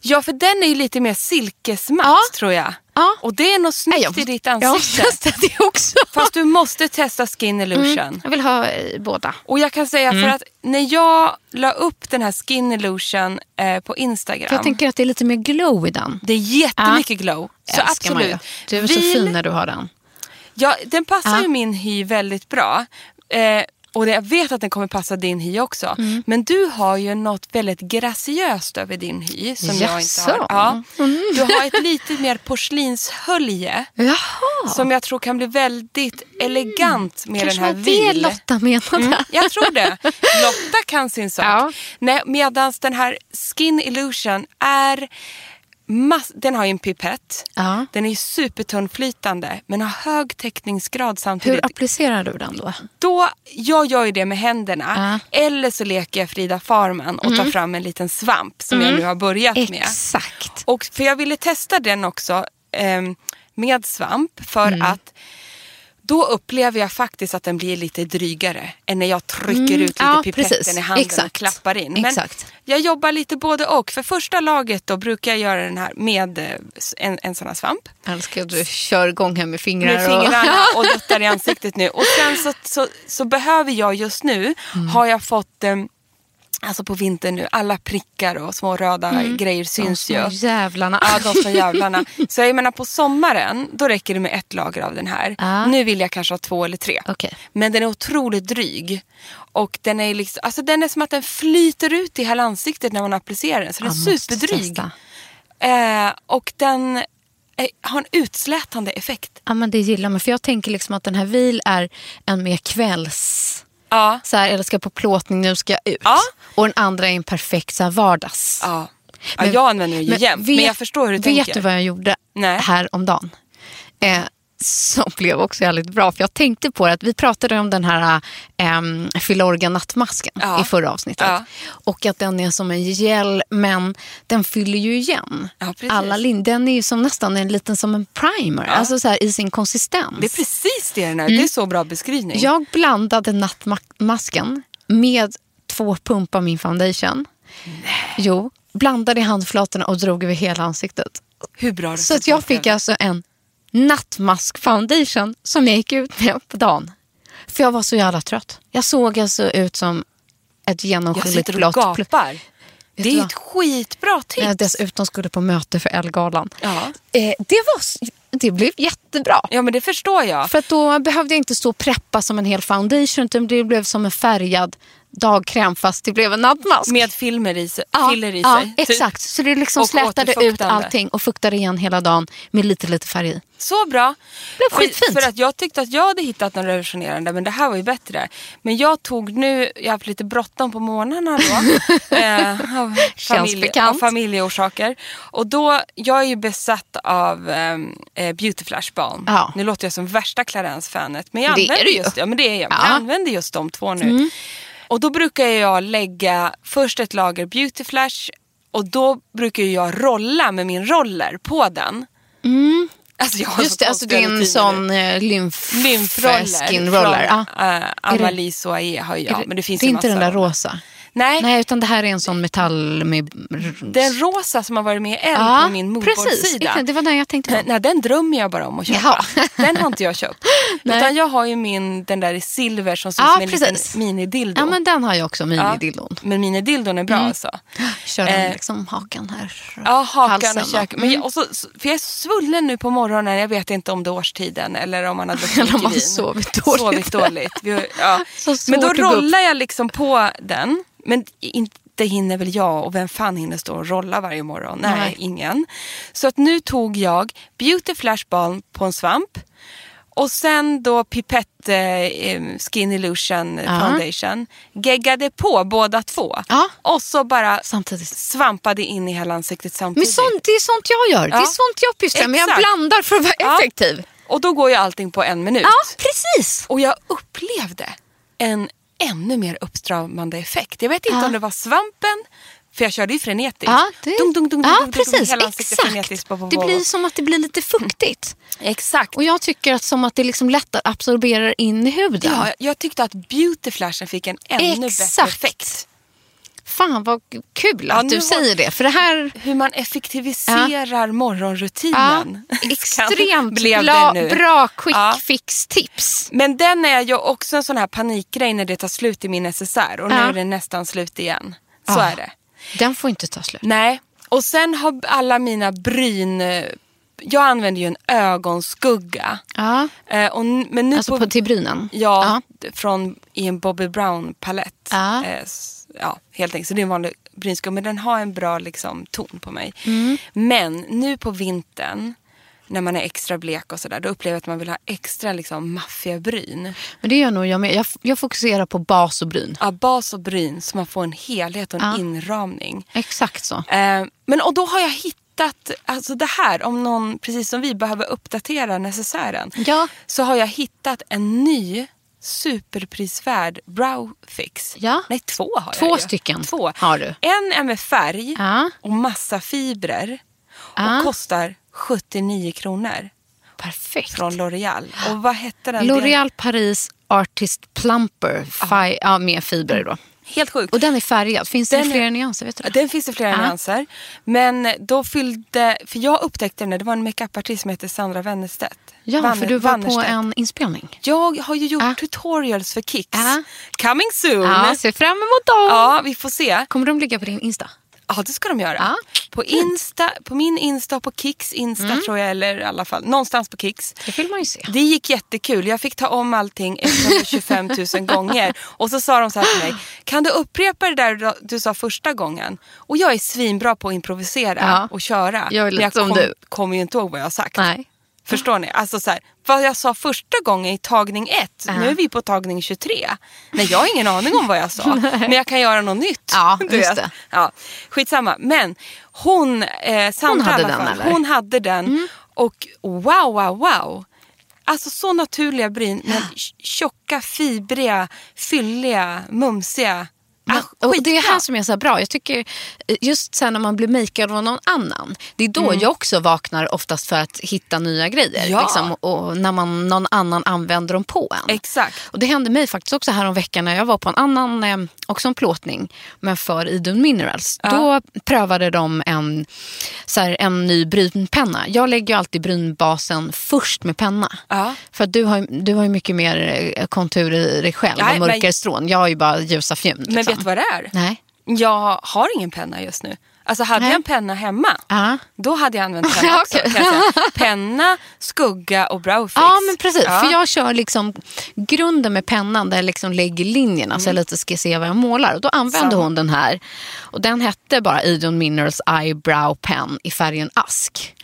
Speaker 2: Ja, för den är ju lite mer silkesmatt
Speaker 1: Ja.
Speaker 2: tror jag.
Speaker 1: Ja.
Speaker 2: Och det är nog snyggt
Speaker 1: Nej, jag-
Speaker 2: i ditt
Speaker 1: Jag
Speaker 2: ansikte.
Speaker 1: har testat det också.
Speaker 2: Fast du måste testa Skin Illusion.
Speaker 1: Mm, jag vill ha eh, båda.
Speaker 2: Och jag kan säga för att när jag la upp den här Skin Illusion eh, på Instagram.
Speaker 1: För jag tänker att det är lite mer glow i den.
Speaker 2: Det är jättemycket glow. Så
Speaker 1: Älskar man ju.
Speaker 2: absolut.
Speaker 1: Du är så
Speaker 2: Vil-
Speaker 1: fin när du har den.
Speaker 2: Ja, den passar
Speaker 1: Ja.
Speaker 2: ju min hy väldigt bra. Eh, och jag vet att den kommer passa din hy också.
Speaker 1: Mm.
Speaker 2: Men du har ju något väldigt graciöst över din hy som jag inte har.
Speaker 1: Jaså? Mm.
Speaker 2: Ja. Du har ett lite mer porslinshölje
Speaker 1: Jaha,
Speaker 2: som jag tror kan bli väldigt elegant med
Speaker 1: kanske
Speaker 2: den här
Speaker 1: var det
Speaker 2: vil.
Speaker 1: Lotta menade.
Speaker 2: Mm, jag tror det. Lotta kan sin sak.
Speaker 1: Ja.
Speaker 2: Nej, medans den här Skin Illusion är mass- den har ju en pipett.
Speaker 1: Ja.
Speaker 2: Den är ju supertunnflytande men har hög täckningsgrad samtidigt.
Speaker 1: Hur applicerar du den då?
Speaker 2: Då, jag gör ju det med händerna eller så leker jag Frida Farman och
Speaker 1: Mm.
Speaker 2: tar fram en liten svamp som jag nu har börjat med.
Speaker 1: Exakt.
Speaker 2: Och för jag ville testa den också ehm, med svamp för
Speaker 1: Mm.
Speaker 2: att då upplever jag faktiskt att den blir lite drygare än när jag trycker ut lite
Speaker 1: Mm, ja,
Speaker 2: pipetten
Speaker 1: precis.
Speaker 2: i handen och
Speaker 1: Exakt.
Speaker 2: klappar in. Men
Speaker 1: Exakt.
Speaker 2: jag jobbar lite både och. För första laget då brukar jag göra den här med eh, s- en, en sån här svamp.
Speaker 1: Älskar att du kör igång här med fingrar.
Speaker 2: Med fingrarna och duttar i
Speaker 1: Mm.
Speaker 2: ansiktet nu. Och sen så, så, så behöver jag just nu, har jag fått eh, Alltså på vintern nu, alla prickar och små röda grejer syns
Speaker 1: De
Speaker 2: ju.
Speaker 1: Mm. små jävlarna.
Speaker 2: Ja, ah, de små jävlarna. Så jag menar på sommaren, då räcker det med ett lager av den här.
Speaker 1: Ja.
Speaker 2: Nu vill jag kanske ha två eller tre.
Speaker 1: Ah. Okej.
Speaker 2: Men den är otroligt dryg. Och den är, liksom, alltså den är som att den flyter ut i hela ansiktet när man applicerar den. Så den
Speaker 1: Ja,
Speaker 2: är
Speaker 1: Ah, måste
Speaker 2: superdryg.
Speaker 1: testa.
Speaker 2: Eh, och den eh, har en utslätande effekt.
Speaker 1: Ja, men det gillar man. För jag tänker liksom att den här vil är en mer kvälls...
Speaker 2: Ja.
Speaker 1: Så här, eller ska på plåtning, nu ska jag ut.
Speaker 2: Ja.
Speaker 1: Och den andra är en perfekt så här, vardags.
Speaker 2: Ja. Ja, jag använder den ju jämt, men jag förstår hur du
Speaker 1: vet
Speaker 2: tänker.
Speaker 1: Vet du vad jag gjorde
Speaker 2: Nej.
Speaker 1: häromdagen? Eh, som blev också jävligt bra. För jag tänkte på det att vi pratade om den här ehm, Filorga nattmasken
Speaker 2: Ja.
Speaker 1: i förra avsnittet.
Speaker 2: Ja.
Speaker 1: Och att den är som en gel men den fyller ju igen.
Speaker 2: Ja, precis.
Speaker 1: Alla lin- den är ju som nästan en liten som en primer. Alltså så här, i sin konsistens.
Speaker 2: Det är precis det den är.
Speaker 1: Mm.
Speaker 2: Det är så bra beskrivning.
Speaker 1: Jag blandade nattmasken med två pump av min foundation. Jo, blandade i handflatorna och drog över hela ansiktet.
Speaker 2: Hur bra
Speaker 1: Så att jag fick alltså en nattmask foundation som jag gick ut med på dagen. För jag var så jävla trött. Jag såg alltså ut som ett
Speaker 2: Jag
Speaker 1: genomskinligt
Speaker 2: sitter och
Speaker 1: blått pl-
Speaker 2: gapar. Det är
Speaker 1: du
Speaker 2: ju
Speaker 1: vad?
Speaker 2: ett skitbra
Speaker 1: när jag
Speaker 2: tips.
Speaker 1: dessutom skulle på möte för Ellegalan.
Speaker 2: Ja.
Speaker 1: Eh, det, var, s- det blev jättebra.
Speaker 2: Ja, men det förstår jag.
Speaker 1: För att då behövde jag inte stå och preppa som en hel foundation utan det blev som en färgad dagkräm fast det blev en nattmask.
Speaker 2: Med filmer i sig. filler i
Speaker 1: ja,
Speaker 2: sig. typ.
Speaker 1: exakt. Så det liksom
Speaker 2: Och
Speaker 1: slätade ut
Speaker 2: återfuktande.
Speaker 1: allting och fuktade igen hela dagen med lite, lite färg i.
Speaker 2: Så bra.
Speaker 1: Blev
Speaker 2: För-
Speaker 1: skitfint.
Speaker 2: För att jag tyckte att jag hade hittat något revolutionerande men det här var ju bättre. Men jag tog nu, jag har haft lite bråttom på morgnarna då. eh, av,
Speaker 1: Känns
Speaker 2: av
Speaker 1: bekant.
Speaker 2: familjeorsaker. Och då, jag är ju besatt av ehm, eh, Beauty Flash Balm.
Speaker 1: Ja.
Speaker 2: Nu låter jag som värsta Clarence-fanet. Men jag
Speaker 1: Det är
Speaker 2: använder
Speaker 1: du ju.
Speaker 2: just, ja, men det är jag.
Speaker 1: Ja. Mm.
Speaker 2: jag använder just de två nu. Och då brukar jag lägga först ett lager Beauty Flash och då brukar jag rolla med min roller på den. Alltså jag har
Speaker 1: Mm. Just
Speaker 2: så
Speaker 1: det, alltså
Speaker 2: konstiga
Speaker 1: det är en
Speaker 2: rutiner
Speaker 1: sån eh, lymf...
Speaker 2: nu. lymfroller.
Speaker 1: skinroller.
Speaker 2: Från,
Speaker 1: Ja.
Speaker 2: eh,
Speaker 1: Är
Speaker 2: Amalie Soaie har
Speaker 1: Är
Speaker 2: jag. men det finns
Speaker 1: det
Speaker 2: ju
Speaker 1: är inte
Speaker 2: massa
Speaker 1: den där
Speaker 2: roller.
Speaker 1: rosa.
Speaker 2: Nej,
Speaker 1: Nej, utan det här är en sån metall med...
Speaker 2: den rosa som har varit med i eld
Speaker 1: Ja,
Speaker 2: på min
Speaker 1: Ah, precis.
Speaker 2: moodboardsida.
Speaker 1: Exakt, Det var den jag tänkte på.
Speaker 2: Nej, den drömmer jag bara om att köpa.
Speaker 1: Jaha.
Speaker 2: Den har inte jag köpt.
Speaker 1: Nej.
Speaker 2: Utan jag har ju min, den där i silver som ser ut
Speaker 1: Ja,
Speaker 2: som en liten
Speaker 1: precis.
Speaker 2: minidildo.
Speaker 1: Ja, men den har jag också,
Speaker 2: Ja,
Speaker 1: minidildon. Mm.
Speaker 2: Men minidildon är bra alltså.
Speaker 1: Kör den
Speaker 2: Eh,
Speaker 1: liksom hakan här.
Speaker 2: Ja, hakan
Speaker 1: halsen Mm.
Speaker 2: och käken. Men jag, och så, så- för jag är svullen nu på morgonen. Jag vet inte om det är årstiden eller om man har druckit
Speaker 1: Eller om
Speaker 2: mycket
Speaker 1: man
Speaker 2: vin.
Speaker 1: sovit dåligt.
Speaker 2: Sovit dåligt. Vi, har- ja.
Speaker 1: Så svårt
Speaker 2: Men då
Speaker 1: att gå upp.
Speaker 2: rollar jag liksom på den. Men inte hinner väl jag och vem fan hinner stå och rolla varje morgon? Nej,
Speaker 1: Nej.
Speaker 2: ingen. Så att nu tog jag Beauty Flash Balm på en svamp. Och sen då Pipette eh, em, Skin Illusion
Speaker 1: Ja.
Speaker 2: Foundation. Geggade på båda två.
Speaker 1: Ja.
Speaker 2: Och så bara
Speaker 1: Samtidigt.
Speaker 2: svampade in i hela ansiktet
Speaker 1: Men
Speaker 2: samtidigt.
Speaker 1: sånt, det är sånt jag gör. Det är
Speaker 2: Ja.
Speaker 1: sånt jag pysslar med. Jag
Speaker 2: Exakt.
Speaker 1: blandar för att vara
Speaker 2: Ja.
Speaker 1: effektiv.
Speaker 2: Och då går ju allting på en minut.
Speaker 1: Ja, precis.
Speaker 2: Och jag upplevde en ännu mer uppstramande effekt. Jag vet inte
Speaker 1: Ja.
Speaker 2: om det var svampen, för jag körde ju frenetiskt.
Speaker 1: Ja, det...
Speaker 2: Dung, dung, dung, dung,
Speaker 1: ja
Speaker 2: dung, dung,
Speaker 1: precis.
Speaker 2: hela ansiktet frenetiskt.
Speaker 1: Exakt.
Speaker 2: Bo, bo,
Speaker 1: Det
Speaker 2: bo,
Speaker 1: blir
Speaker 2: bo.
Speaker 1: som att det blir lite fuktigt.
Speaker 2: Exakt.
Speaker 1: Och jag tycker att som att det liksom lättare absorberar in i huden.
Speaker 2: Ja, jag tyckte att beautyflashen fick en ännu bättre
Speaker 1: Exakt.
Speaker 2: effekt.
Speaker 1: Fan vad kul
Speaker 2: Ja,
Speaker 1: att
Speaker 2: nu
Speaker 1: du
Speaker 2: har-
Speaker 1: säger det. För det här
Speaker 2: Hur man effektiviserar morgonrutinen.
Speaker 1: ja,
Speaker 2: Ska-
Speaker 1: extremt
Speaker 2: blev det
Speaker 1: bra,
Speaker 2: nu.
Speaker 1: bra quick
Speaker 2: Ja.
Speaker 1: fix-tips.
Speaker 2: Men den är ju också en sån här panikgrej när det tar slut i min necessär och nu
Speaker 1: Ja. Ah.
Speaker 2: är den nästan slut igen. Så
Speaker 1: Ja.
Speaker 2: är det.
Speaker 1: Den får inte ta slut.
Speaker 2: Nej, och sen har alla mina bryn... eh, Jag använder ju en ögonskugga.
Speaker 1: Ja.
Speaker 2: Eh, och, n- men nu
Speaker 1: Alltså på, Ah. till brynen?
Speaker 2: Ja, d- från i en Bobby Brown-palett.
Speaker 1: Ja.
Speaker 2: Eh, s- ja, helt enkelt. Så det är en vanlig brynskugga. Men den har en bra liksom, ton på mig.
Speaker 1: Mm.
Speaker 2: Men nu på vintern, när man är extra blek och sådär, då upplever jag att man vill ha extra liksom, maffiga bryn.
Speaker 1: Men det gör nog jag med. Jag, jag fokuserar på bas och bryn.
Speaker 2: Ja, bas och bryn så man får en helhet och en
Speaker 1: Ja.
Speaker 2: inramning.
Speaker 1: Exakt så.
Speaker 2: Eh, men och då har jag hittat, alltså det här, om någon, precis som vi behöver uppdatera necessären,
Speaker 1: Ja.
Speaker 2: så har jag hittat en ny superprisvärd browfix.
Speaker 1: Ja.
Speaker 2: Nej, två har
Speaker 1: Två
Speaker 2: jag ju.
Speaker 1: stycken
Speaker 2: Två.
Speaker 1: har du.
Speaker 2: En är med färg
Speaker 1: Ja.
Speaker 2: och massa fibrer och
Speaker 1: Ja.
Speaker 2: kostar 79 kronor
Speaker 1: Perfekt.
Speaker 2: från L'Oreal. Och vad hette den?
Speaker 1: L'Oreal Paris Artist Plumper fi- ja. med fibrer. Då.
Speaker 2: Helt sjukt.
Speaker 1: Och den är färgad. Finns det
Speaker 2: Ah. Den är-
Speaker 1: flera nyanser? Vet du?
Speaker 2: Ja,
Speaker 1: det?
Speaker 2: Den finns det flera
Speaker 1: Ja.
Speaker 2: nyanser. Men då fyllde, för jag upptäckte den där, det var en makeupartist som hette Sandra Wennerstedt.
Speaker 1: Ja,
Speaker 2: Wanner-
Speaker 1: för du var på
Speaker 2: Wannerstedt.
Speaker 1: en inspelning.
Speaker 2: Jag har ju gjort
Speaker 1: Ja.
Speaker 2: tutorials för Kicks.
Speaker 1: Ja.
Speaker 2: Coming soon.
Speaker 1: Ja, se fram emot dem.
Speaker 2: Ja, vi får se.
Speaker 1: Kommer de ligga på din Insta?
Speaker 2: Ja, det ska de göra.
Speaker 1: Ja.
Speaker 2: På, Insta, på min Insta och på Kicks Insta
Speaker 1: Mm.
Speaker 2: tror jag, eller i alla fall någonstans på Kicks.
Speaker 1: Det vill man ju se.
Speaker 2: Det gick jättekul. Jag fick ta om allting 125 000 gånger. Och så sa de så här till mig. Kan du upprepa det där du sa första gången? Och jag är svinbra på att improvisera
Speaker 1: Ja.
Speaker 2: och köra.
Speaker 1: Jag är lite
Speaker 2: men jag
Speaker 1: som
Speaker 2: kom-
Speaker 1: du.
Speaker 2: kommer ju inte ihåg vad jag har sagt.
Speaker 1: Nej.
Speaker 2: Förstår ni? Alltså så här, vad jag sa första gången i tagning 1,
Speaker 1: Ja.
Speaker 2: nu är vi på tagning 23. Nej, jag har ingen aning om vad jag sa, men jag kan göra något nytt.
Speaker 1: Ja,
Speaker 2: Du
Speaker 1: just
Speaker 2: vet.
Speaker 1: det.
Speaker 2: Ja, skitsamma. Men hon, eh, Sandra
Speaker 1: hade
Speaker 2: i alla
Speaker 1: den,
Speaker 2: fall,
Speaker 1: eller? Mm.
Speaker 2: hon hade den. Och wow, wow, wow. Alltså så naturliga bryn, men tjocka, fibriga, fylliga, mumsiga.
Speaker 1: Men,
Speaker 2: Ah,
Speaker 1: och det är
Speaker 2: skitbra.
Speaker 1: här som är så här bra. Jag tycker eh, just sen när man blir makead av någon annan. Det är då jag också vaknar oftast för att hitta nya grejer.
Speaker 2: Mm. Ja.
Speaker 1: Liksom, och när man, någon annan använder dem på en.
Speaker 2: Exakt.
Speaker 1: Och Det hände mig faktiskt också här om veckan när jag var på en annan, eh, också en plåtning, men för Idun Minerals. Då prövade de en, så här, en ny brynpenna. Jag lägger ju alltid brynbasen först med penna.
Speaker 2: Ja.
Speaker 1: För att du har, ju- du har ju mycket mer eh, kontur i dig själv
Speaker 2: Nej,
Speaker 1: och mörkare
Speaker 2: men-
Speaker 1: strån. Jag har ju bara ljusa fjun. Liksom.
Speaker 2: Men vet du vad det är?
Speaker 1: Nej.
Speaker 2: Jag har ingen penna just nu. Alltså hade
Speaker 1: Nej.
Speaker 2: jag en penna hemma,
Speaker 1: Ja.
Speaker 2: då hade jag använt penna också.
Speaker 1: Okej.
Speaker 2: kan jag säga. Penna, skugga och browfix.
Speaker 1: Ja, men precis.
Speaker 2: Ja.
Speaker 1: För jag kör liksom grunden med pennan där jag liksom lägger linjerna så jag lite ska se vad jag målar. Och då använde
Speaker 2: Mm. Samma.
Speaker 1: hon den här. Och den hette bara Idun Minerals Eyebrow Pen i färgen ask.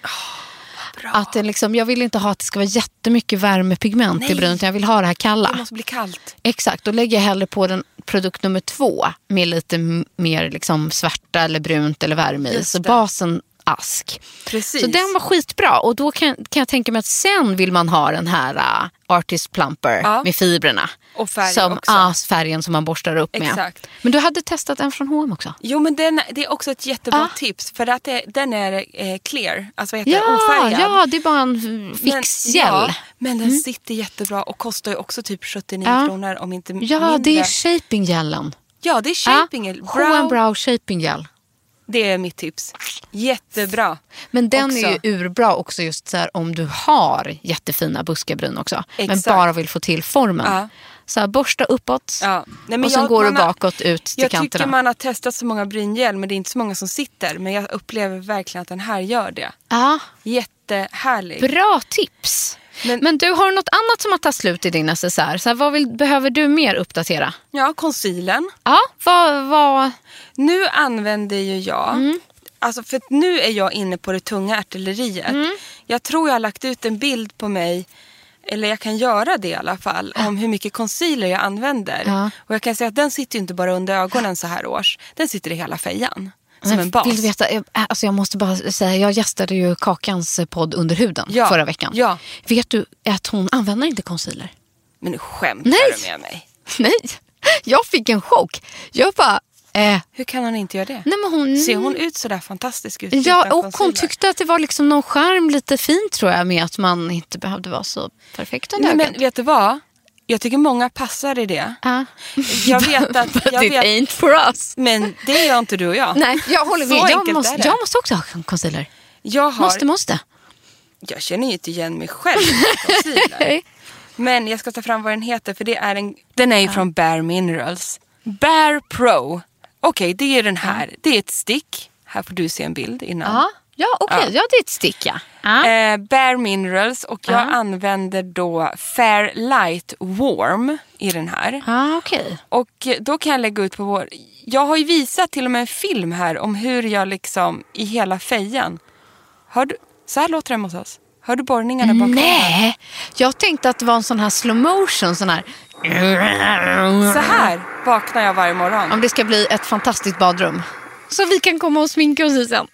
Speaker 1: Att det liksom, jag vill inte ha att det ska vara jättemycket värmepigment i brunt, utan jag vill ha det här kalla.
Speaker 2: Det måste bli kallt.
Speaker 1: Exakt, då lägger jag hellre på den produkt nummer två med lite m- mer liksom svarta eller brunt eller värme i.
Speaker 2: Just
Speaker 1: Så
Speaker 2: det.
Speaker 1: basen ask.
Speaker 2: Precis.
Speaker 1: Så den var skitbra och då kan, kan jag tänka mig att sen vill man ha den här uh, Artist Plumper
Speaker 2: Ja.
Speaker 1: med fibrerna.
Speaker 2: Och färg
Speaker 1: som,
Speaker 2: också.
Speaker 1: ja, färgen som man borstar upp med.
Speaker 2: Exakt.
Speaker 1: Men du hade testat en från H&M också?
Speaker 2: Jo, men den, det är också ett jättebra
Speaker 1: Ah.
Speaker 2: tips. För att det, den är eh, clear, alltså vad heter det?
Speaker 1: Ja,
Speaker 2: ofärgad.
Speaker 1: ja, det är bara en mm,
Speaker 2: Men-
Speaker 1: fixgel.
Speaker 2: ja, men den sitter jättebra och kostar ju också typ 79
Speaker 1: Ja.
Speaker 2: kronor om inte
Speaker 1: Ja,
Speaker 2: mindre.
Speaker 1: det är shapinggelen.
Speaker 2: ja, det är shaping.
Speaker 1: Ja,
Speaker 2: brow,
Speaker 1: H&M Brow shapinggel.
Speaker 2: Det är mitt tips. Jättebra.
Speaker 1: Men den
Speaker 2: också.
Speaker 1: är ju urbra också just så här, om du har jättefina buskabryn också.
Speaker 2: Exakt.
Speaker 1: Men bara vill få till formen.
Speaker 2: Ja.
Speaker 1: Så här, borsta uppåt
Speaker 2: Ja. Nej, men
Speaker 1: och sen
Speaker 2: jag-
Speaker 1: går du
Speaker 2: man har-
Speaker 1: bakåt ut till
Speaker 2: Jag
Speaker 1: kanterna.
Speaker 2: tycker man har testat så många brynjel men det är inte så många som sitter. Men jag upplever verkligen att den här gör det.
Speaker 1: Ja,
Speaker 2: Jättehärlig.
Speaker 1: bra tips.
Speaker 2: Men-
Speaker 1: Men, du har något annat som har tagit slut i din necessär. Så här, vad vill, behöver du mer uppdatera?
Speaker 2: ja, concealern.
Speaker 1: Ja, vad... vad
Speaker 2: Nu använder ju jag,
Speaker 1: Mm.
Speaker 2: alltså för att nu är jag inne på det tunga artilleriet.
Speaker 1: Mm.
Speaker 2: Jag tror jag har lagt ut en bild på mig, eller jag kan göra det i alla fall, om hur mycket concealer jag använder.
Speaker 1: Ja.
Speaker 2: Och jag kan säga att den sitter ju inte bara under ögonen så här års. Den sitter i hela fejan. Som
Speaker 1: Men
Speaker 2: en bas.
Speaker 1: Vill du veta, eh, alltså jag måste bara säga, jag gästade ju Kakans podd Under huden
Speaker 2: Ja,
Speaker 1: förra veckan.
Speaker 2: ja.
Speaker 1: Vet du att hon använder inte concealer?
Speaker 2: Men nu skämtar
Speaker 1: Nej.
Speaker 2: du med mig.
Speaker 1: Nej, jag fick en chock. Jag bara... Eh,
Speaker 2: Hur kan hon inte göra det?
Speaker 1: nej men hon,
Speaker 2: Ser hon ut sådär fantastisk ut
Speaker 1: Ja,
Speaker 2: utan
Speaker 1: och hon
Speaker 2: concealer?
Speaker 1: tyckte att det var liksom någon skärm lite fint tror jag med att man inte behövde vara så perfekt under
Speaker 2: Nej,
Speaker 1: ögat.
Speaker 2: men vet du vad? Jag tycker många passar i det.
Speaker 1: Ja.
Speaker 2: Jag vet att...
Speaker 1: But
Speaker 2: Jag
Speaker 1: it
Speaker 2: vet,
Speaker 1: ain't for us.
Speaker 2: men det gör inte du och jag.
Speaker 1: Nej, jag håller
Speaker 2: Så
Speaker 1: med. Jag
Speaker 2: enkelt
Speaker 1: måste,
Speaker 2: är det.
Speaker 1: jag måste också ha concealer.
Speaker 2: Jag, har,
Speaker 1: Måste, måste.
Speaker 2: jag känner ju inte igen mig själv i concealer. Men jag ska ta fram vad den heter för det är en... Den är ju från Bare Minerals. Bare Pro. Okej, det är den här. Det är ett stick. Här får du se en bild innan.
Speaker 1: Ja, ja okej.
Speaker 2: Ja.
Speaker 1: Ja. det är ett stick ja. Ja.
Speaker 2: Eh, Bare Minerals och jag
Speaker 1: Ja.
Speaker 2: använder då Fair Light Warm i den här.
Speaker 1: Ja, okej.
Speaker 2: Och eh, då kan jag lägga ut på vår... Jag har ju visat till och med en film här om hur jag liksom i hela fejan... Hör du... Så här låter den hos oss. Hör du borrningarna bakom? här?
Speaker 1: Nej, Eh, jag tänkte att det var en sån här slow motion. Sån här.
Speaker 2: Så här vaknar jag varje morgon.
Speaker 1: Om det ska bli ett fantastiskt badrum. Så vi kan komma och sminka oss i sen.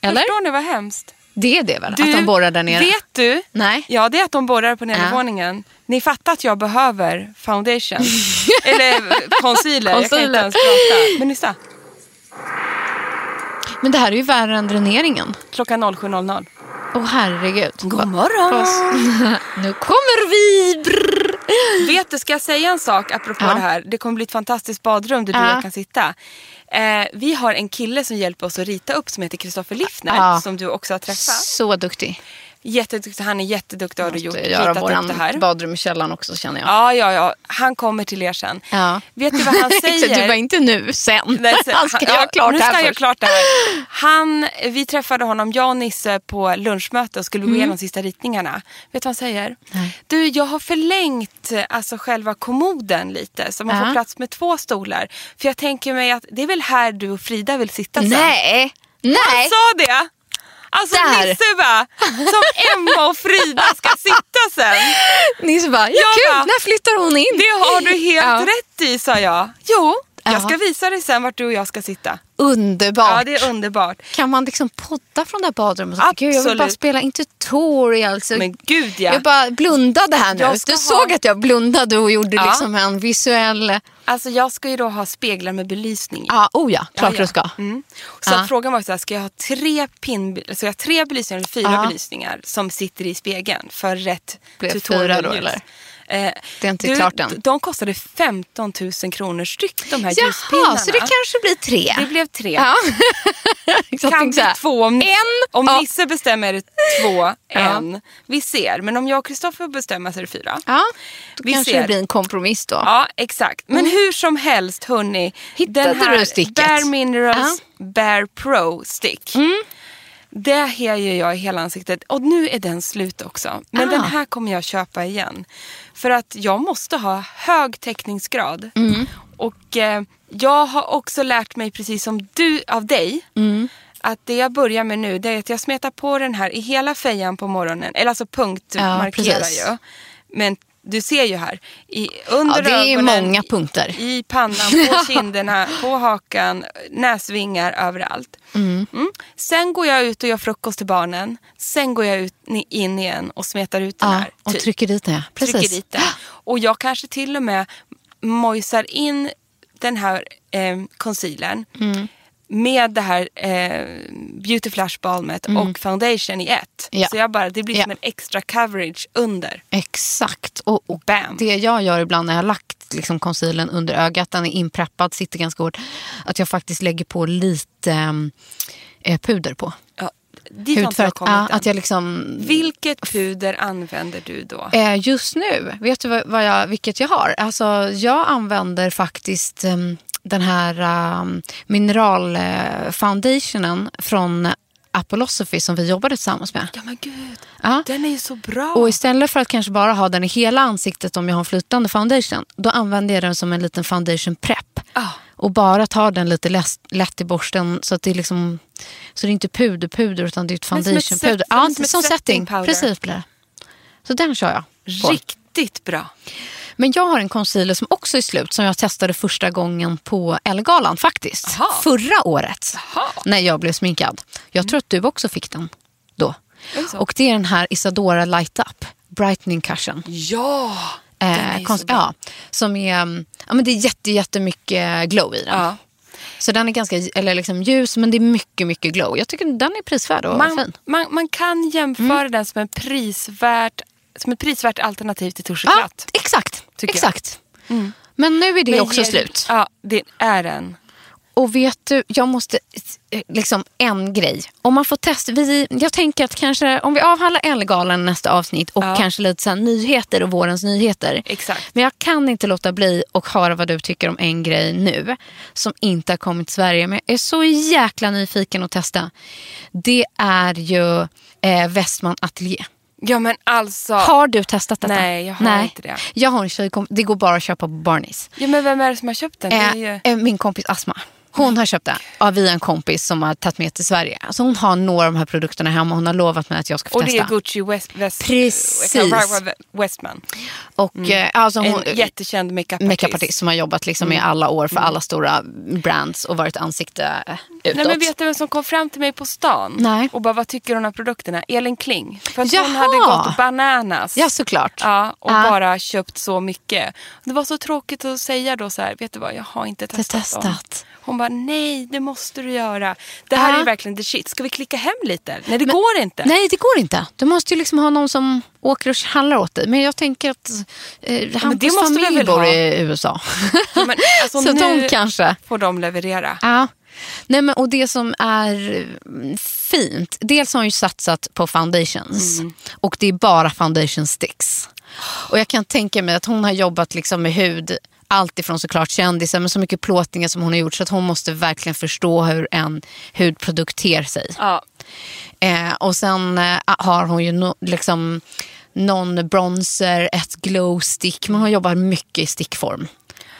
Speaker 1: Eller?
Speaker 2: Förstår ni vad hemskt?
Speaker 1: Det är det väl? att de borrar där nere?
Speaker 2: Vet du?
Speaker 1: Nej.
Speaker 2: Ja, det är att de borrar på nedervåningen. Ni fattar att jag behöver foundation. Eller concealer. Jag kan inte
Speaker 1: Concealer.
Speaker 2: ens prata. Men lyssna.
Speaker 1: Men det här är ju värre än dräneringen.
Speaker 2: Klockan 07.00.
Speaker 1: Åh herregud.
Speaker 2: God morgon.
Speaker 1: Fast- nu kommer vi! Brr.
Speaker 2: Vet du, ska jag säga en sak apropå
Speaker 1: Ja.
Speaker 2: det här? Det kommer bli ett fantastiskt badrum där du och
Speaker 1: Ja.
Speaker 2: jag kan sitta. Eh, vi har en kille som hjälper oss att rita upp som heter Kristoffer Liffner
Speaker 1: Ja.
Speaker 2: som du också har träffat.
Speaker 1: Så duktig.
Speaker 2: Jätteduktig, han är jätteduktig och har du gjort,
Speaker 1: Måste göra
Speaker 2: ritat upp det
Speaker 1: våran
Speaker 2: här.
Speaker 1: badrum i källaren också känner jag.
Speaker 2: Ja, ja, ja. Han kommer till er sen.
Speaker 1: Ja.
Speaker 2: Vet du vad han säger?
Speaker 1: du bara, inte nu, sen.
Speaker 2: Nej, så-
Speaker 1: han ska
Speaker 2: ja,
Speaker 1: göra klart
Speaker 2: nu
Speaker 1: det
Speaker 2: ska
Speaker 1: här
Speaker 2: han göra
Speaker 1: först.
Speaker 2: klart det här. Han, vi träffade honom, jag och Nisse, på lunchmöte och skulle
Speaker 1: Mm.
Speaker 2: gå igenom sista ritningarna. Vet du vad han säger? Du, jag har förlängt alltså, själva kommoden lite så man får
Speaker 1: Ja.
Speaker 2: plats med två stolar. För jag tänker mig att det är väl här du och Frida vill sitta sen?
Speaker 1: Nej,
Speaker 2: Han
Speaker 1: nej.
Speaker 2: sa det! Alltså
Speaker 1: Där.
Speaker 2: Nisse va? Som Emma och Frida ska sitta sen.
Speaker 1: Nisse bara, ja,
Speaker 2: Jag
Speaker 1: kul,
Speaker 2: bara,
Speaker 1: när flyttar hon in?
Speaker 2: Det har du helt
Speaker 1: Ja.
Speaker 2: rätt i sa jag. Jo,
Speaker 1: Ja.
Speaker 2: jag ska visa dig sen vart du och jag ska sitta.
Speaker 1: Underbart.
Speaker 2: Ja, det är underbart.
Speaker 1: Kan man liksom podda från det här badrummet? Gud, jag vill bara
Speaker 2: Absolut.
Speaker 1: spela in tutorials. och-
Speaker 2: Men gud, ja.
Speaker 1: Jag bara blundade här nu.
Speaker 2: Jag ska
Speaker 1: Du
Speaker 2: ha-
Speaker 1: såg att jag blundade och gjorde
Speaker 2: Ja.
Speaker 1: liksom en visuell...
Speaker 2: Alltså jag ska ju då ha speglar med belysning i.
Speaker 1: Ja, oh ja, klart
Speaker 2: Ja, ja.
Speaker 1: du ska.
Speaker 2: Mm. Så
Speaker 1: Ja.
Speaker 2: frågan var så här, ska jag ha tre, pin, alltså jag har tre belysningar eller fyra
Speaker 1: Ja.
Speaker 2: belysningar som sitter i spegeln för rätt
Speaker 1: Blev fyra
Speaker 2: tutorial
Speaker 1: då,
Speaker 2: ljus?
Speaker 1: eller?
Speaker 2: Eh,
Speaker 1: Det är inte klart än.
Speaker 2: d- De kostade 15 000 kronor styck de här ljuspinnarna.
Speaker 1: Jaha, så det kanske blir tre.
Speaker 2: Det blev tre.
Speaker 1: Ja. Så jag
Speaker 2: Kan
Speaker 1: tänkte
Speaker 2: bli
Speaker 1: så här,
Speaker 2: två om,
Speaker 1: En
Speaker 2: om
Speaker 1: och-
Speaker 2: Nisse bestämmer är det två, en. Vi ser, men om jag och Kristoffer bestämmer så är det fyra.
Speaker 1: Ja, då
Speaker 2: Vi
Speaker 1: kanske
Speaker 2: ser.
Speaker 1: det blir en kompromiss då. Mm.
Speaker 2: Ja, exakt. Men hur som helst, hörni.
Speaker 1: Hittade
Speaker 2: den här
Speaker 1: du sticket?
Speaker 2: Bare Minerals Bare Pro Stick.
Speaker 1: Mm.
Speaker 2: Det här gör jag i hela ansiktet. Och nu är den slut också. Men
Speaker 1: Ah.
Speaker 2: den här kommer jag köpa igen. För att jag måste ha hög täckningsgrad.
Speaker 1: Mm.
Speaker 2: Och eh, jag har också lärt mig, precis som du, av dig.
Speaker 1: Mm.
Speaker 2: Att det jag börjar med nu det är att jag smetar på den här i hela fejan på morgonen. Eller alltså punktmarkerar
Speaker 1: precis.
Speaker 2: jag. Men du ser ju här. I, under
Speaker 1: Ja, det är
Speaker 2: ögonen,
Speaker 1: många punkter.
Speaker 2: I pannan, på kinderna, på hakan, näsvingar, överallt. Mm. Sen går jag ut och gör frukost till barnen. Sen går jag ut, ni- in igen och smetar ut den
Speaker 1: Ja,
Speaker 2: här.
Speaker 1: och
Speaker 2: typ.
Speaker 1: trycker dit det. Precis.
Speaker 2: Trycker dit den. Och jag kanske till och med mojsar in den här eh, concealern
Speaker 1: Mm.
Speaker 2: med det här eh, beauty flash balmet och foundation i ett.
Speaker 1: Mm. Ja.
Speaker 2: Så jag bara, det blir som
Speaker 1: Ja.
Speaker 2: en extra coverage under.
Speaker 1: Exakt. Och, och
Speaker 2: Bam.
Speaker 1: Det jag gör ibland när jag har lagt liksom concealern under ögat, den är inpreppad, sitter ganska hårt, att jag faktiskt lägger på lite ehm, eh, puder på.
Speaker 2: Ja, dit har inte
Speaker 1: Hudfärg.
Speaker 2: jag kommit
Speaker 1: Ja,
Speaker 2: än.
Speaker 1: att jag liksom...
Speaker 2: Vilket puder använder du då?
Speaker 1: Eh, just nu, vet du vad, vad jag, vilket jag har? Alltså, jag använder faktiskt ehm, den här um, mineralfoundationen från Apolosophy som vi jobbade tillsammans med.
Speaker 2: Ja men gud,
Speaker 1: Ja.
Speaker 2: den är ju så bra.
Speaker 1: Och istället för att kanske bara ha den i hela ansiktet om jag har en flytande foundation, då använder jag den som en liten foundation prep.
Speaker 2: Ah.
Speaker 1: Och bara tar den lite lätt, lätt i borsten så att det är liksom, så det är inte puderpuder utan det är ett
Speaker 2: Men som ett
Speaker 1: foundation puder.
Speaker 2: set-
Speaker 1: Ja,
Speaker 2: men som ett
Speaker 1: som setting.
Speaker 2: setting powder.
Speaker 1: Precis blir det. Så den kör jag. på.
Speaker 2: Riktigt bra.
Speaker 1: Men jag har en concealer som också är slut som jag testade första gången på Ellegalan faktiskt.
Speaker 2: Aha.
Speaker 1: Förra året
Speaker 2: Aha.
Speaker 1: när jag blev sminkad. Jag tror att du också fick den då.
Speaker 2: Är det så?
Speaker 1: Och det är den här Isadora Light Up Brightening Cushion.
Speaker 2: Ja!
Speaker 1: Eh, konst- ja, som är, mm, ja, men det är jätte, jättemycket glow i den.
Speaker 2: Ja.
Speaker 1: Så den är ganska eller liksom ljus men det är mycket, mycket glow. Jag tycker den är prisvärd och
Speaker 2: Man,
Speaker 1: fin. Mm.
Speaker 2: man, man kan jämföra den som, en prisvärt, som ett prisvärt alternativ till
Speaker 1: Ja,
Speaker 2: Torseklatt.
Speaker 1: exakt.
Speaker 2: Tycker jag. Mm.
Speaker 1: exakt. Men nu är det också slut.
Speaker 2: Ja, det är den.
Speaker 1: Och vet du, jag måste, eh, liksom en grej. Om man får testa, vi, jag tänker att kanske om vi avhandlar Ellegalan i nästa avsnitt och kanske lite så här nyheter och vårens nyheter.
Speaker 2: Exakt.
Speaker 1: Men jag kan inte låta bli och höra vad du tycker om en grej nu som inte har kommit till Sverige. Men jag är så jäkla nyfiken att testa. Det är ju eh, Westman Atelier.
Speaker 2: Ja men alltså.
Speaker 1: Har du testat detta?
Speaker 2: Nej, jag har inte det.
Speaker 1: Jag har en tjejkompis, det går bara att köpa på Barneys.
Speaker 2: Ja, men vem är det som har köpt den? Det är ju...
Speaker 1: Eh, eh, min kompis Asma. Hon har köpt det ja, via en kompis som har tagit med till Sverige. Alltså hon har några av de här produkterna hemma och hon har lovat mig att jag ska få
Speaker 2: Och det
Speaker 1: testa.
Speaker 2: är Gucci West, West,
Speaker 1: Precis.
Speaker 2: Barbara Westman.
Speaker 1: och, eh, alltså hon,
Speaker 2: Mm. En jättekänd makeupartist. Mm.
Speaker 1: makeupartist som har jobbat liksom i alla år för alla stora brands och varit ansikte eh, utåt.
Speaker 2: Nej, men vet du vem som kom fram till mig på stan
Speaker 1: Nej.
Speaker 2: och bara vad tycker du om de här produkterna? Elin Kling. För att hon
Speaker 1: Jaha!
Speaker 2: hade gått bananas.
Speaker 1: Ja, såklart.
Speaker 2: Ja, och
Speaker 1: Ja.
Speaker 2: bara köpt så mycket. Det var så tråkigt att säga då så här, vet du vad, jag har inte
Speaker 1: Inte
Speaker 2: testat, dem."
Speaker 1: testat.
Speaker 2: Hon bara, nej det måste du göra. Det här
Speaker 1: Ja.
Speaker 2: är ju verkligen the shit. Ska vi klicka hem lite? Nej det går inte.
Speaker 1: Nej, det går inte. Du måste ju liksom ha någon som åker och handlar åt dig. Men jag tänker att eh,
Speaker 2: men det
Speaker 1: Hampus
Speaker 2: måste vi
Speaker 1: familj
Speaker 2: väl
Speaker 1: bor
Speaker 2: ha?
Speaker 1: i USA.
Speaker 2: Ja, men, alltså,
Speaker 1: så
Speaker 2: nu
Speaker 1: de kanske.
Speaker 2: får de leverera.
Speaker 1: Ja. Nej, men, och det som är eh, fint, dels har hon ju satsat på foundations
Speaker 2: Mm.
Speaker 1: och det är bara foundation sticks. Och jag kan tänka mig att hon har jobbat liksom med hud, allt ifrån såklart kändisar men så mycket plåtningar som hon har gjort så att hon måste verkligen förstå hur en hudprodukt ter sig.
Speaker 2: Ja.
Speaker 1: Eh, och sen eh, har hon ju no, liksom någon bronzer, ett glow stick. Men hon jobbar mycket i stickform.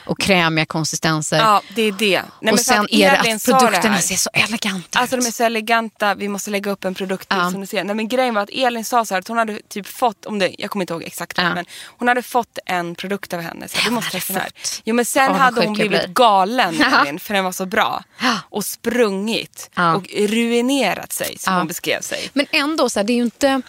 Speaker 1: Och krämiga konsistenser.
Speaker 2: ja, det är det. Nej, men
Speaker 1: och
Speaker 2: för
Speaker 1: sen
Speaker 2: att
Speaker 1: är det
Speaker 2: Elin
Speaker 1: att
Speaker 2: sa det
Speaker 1: produkterna
Speaker 2: här.
Speaker 1: ser så eleganta
Speaker 2: Alltså
Speaker 1: ut.
Speaker 2: de är så eleganta, vi måste lägga upp en produkt till
Speaker 1: Ja.
Speaker 2: som du ser. Nej, men grejen var att Elin sa så här att hon hade typ fått, om det, jag kommer inte ihåg exakt
Speaker 1: Ja.
Speaker 2: men hon hade fått en produkt av henne. Så här, du
Speaker 1: Hon
Speaker 2: måste
Speaker 1: hade
Speaker 2: testa den här.
Speaker 1: fått.
Speaker 2: Jo men sen
Speaker 1: Åh, vad
Speaker 2: hade hon
Speaker 1: sjuk jag
Speaker 2: blivit
Speaker 1: blir.
Speaker 2: galen
Speaker 1: Ja.
Speaker 2: Elin för den var så bra.
Speaker 1: Ja.
Speaker 2: Och sprungit
Speaker 1: Ja.
Speaker 2: och ruinerat sig som
Speaker 1: Ja.
Speaker 2: hon beskrev sig.
Speaker 1: Men ändå, så här, det är ju inte...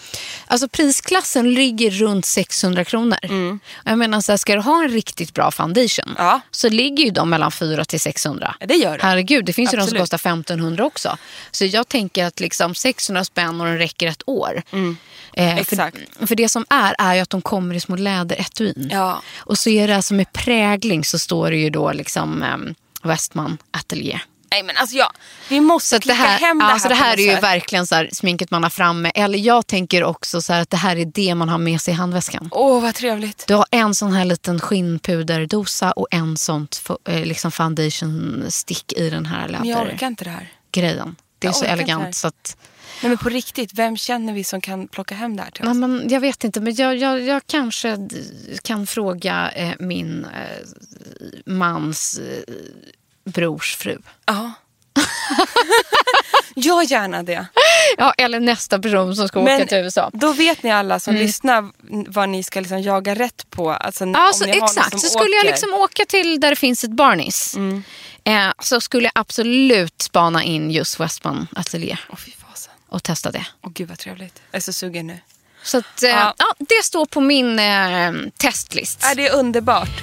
Speaker 1: Alltså prisklassen ligger runt 600 kronor. Jag menar, så här, ska du ha en riktigt bra foundation
Speaker 2: Mm. Ja.
Speaker 1: så ligger ju de mellan 400 till 600.
Speaker 2: Ja, det gör det.
Speaker 1: Herregud, det finns ju de som
Speaker 2: Absolut.
Speaker 1: kostar 1500 också. Så jag tänker att liksom 600 spänn och den räcker ett år. Eh, för,
Speaker 2: Mm. Exakt.
Speaker 1: för det som är, är ju att de kommer i små läderetui.
Speaker 2: Ja.
Speaker 1: Och så är det alltså med prägling så står det ju då liksom ehm, Westman Atelier.
Speaker 2: Nej men alltså jag, vi måste
Speaker 1: Så att det
Speaker 2: klicka
Speaker 1: här,
Speaker 2: hem det här
Speaker 1: ja, så det
Speaker 2: på
Speaker 1: här
Speaker 2: något
Speaker 1: är ju
Speaker 2: sätt.
Speaker 1: verkligen så här, sminket man har framme. Eller jag tänker också så här att det här är det man har med sig i handväskan.
Speaker 2: Åh vad trevligt.
Speaker 1: Du har en sån här liten skinnpuderdosa och en sånt fo- eh, liksom foundation stick i den här
Speaker 2: Men jag orkar
Speaker 1: lädergrejen.
Speaker 2: inte det här.
Speaker 1: Det är
Speaker 2: Jag
Speaker 1: så
Speaker 2: orkar inte det här.
Speaker 1: elegant så att...
Speaker 2: Nej men på riktigt, vem känner vi som kan plocka hem det här till oss?
Speaker 1: Nej, men jag vet inte, men jag, jag, jag kanske d- kan fråga eh, min eh, mans eh, brors fru.
Speaker 2: Ja. Gör gärna det.
Speaker 1: Ja, eller nästa person som ska åka till USA. Mm.
Speaker 2: då vet ni alla som lyssnar vad ni ska liksom jaga rätt på. Alltså, om
Speaker 1: Ja, så
Speaker 2: ni har någon
Speaker 1: exakt.
Speaker 2: som
Speaker 1: Så skulle jag
Speaker 2: åker. Mm.
Speaker 1: liksom åka till där det finns ett Barnis eh, så skulle jag absolut spana in just Westman Atelier
Speaker 2: Åh fy fasen.
Speaker 1: och testa det.
Speaker 2: Åh gud vad trevligt. Jag är så sugen nu.
Speaker 1: Så att, eh,
Speaker 2: Ja.
Speaker 1: ja. det står på min eh, testlist.
Speaker 2: Är Äh, det är underbart.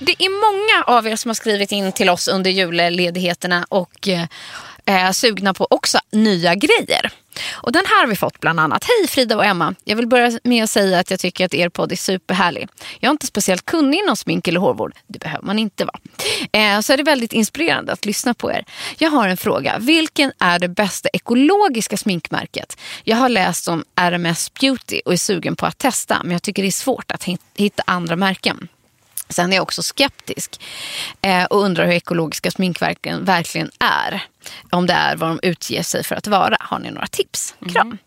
Speaker 1: Det är många av er som har skrivit in till oss under julledigheterna och eh, är sugna på också nya grejer. Och den här har vi fått bland annat. Hej Frida och Emma. Jag vill börja med att säga att jag tycker att er podd är superhärlig. Jag är inte speciellt kunnig inom smink eller hårvård. Det behöver man inte vara. Eh, så är det väldigt inspirerande att lyssna på er. Jag har en fråga. Vilken är det bästa ekologiska sminkmärket? Jag har läst om RMS Beauty och är sugen på att testa men jag tycker det är svårt att hit- hitta andra märken. Sen är jag också skeptisk eh, och undrar hur ekologiska sminkverken verkligen är. Om det är vad de utger sig för att vara. Har ni några tips? Kram.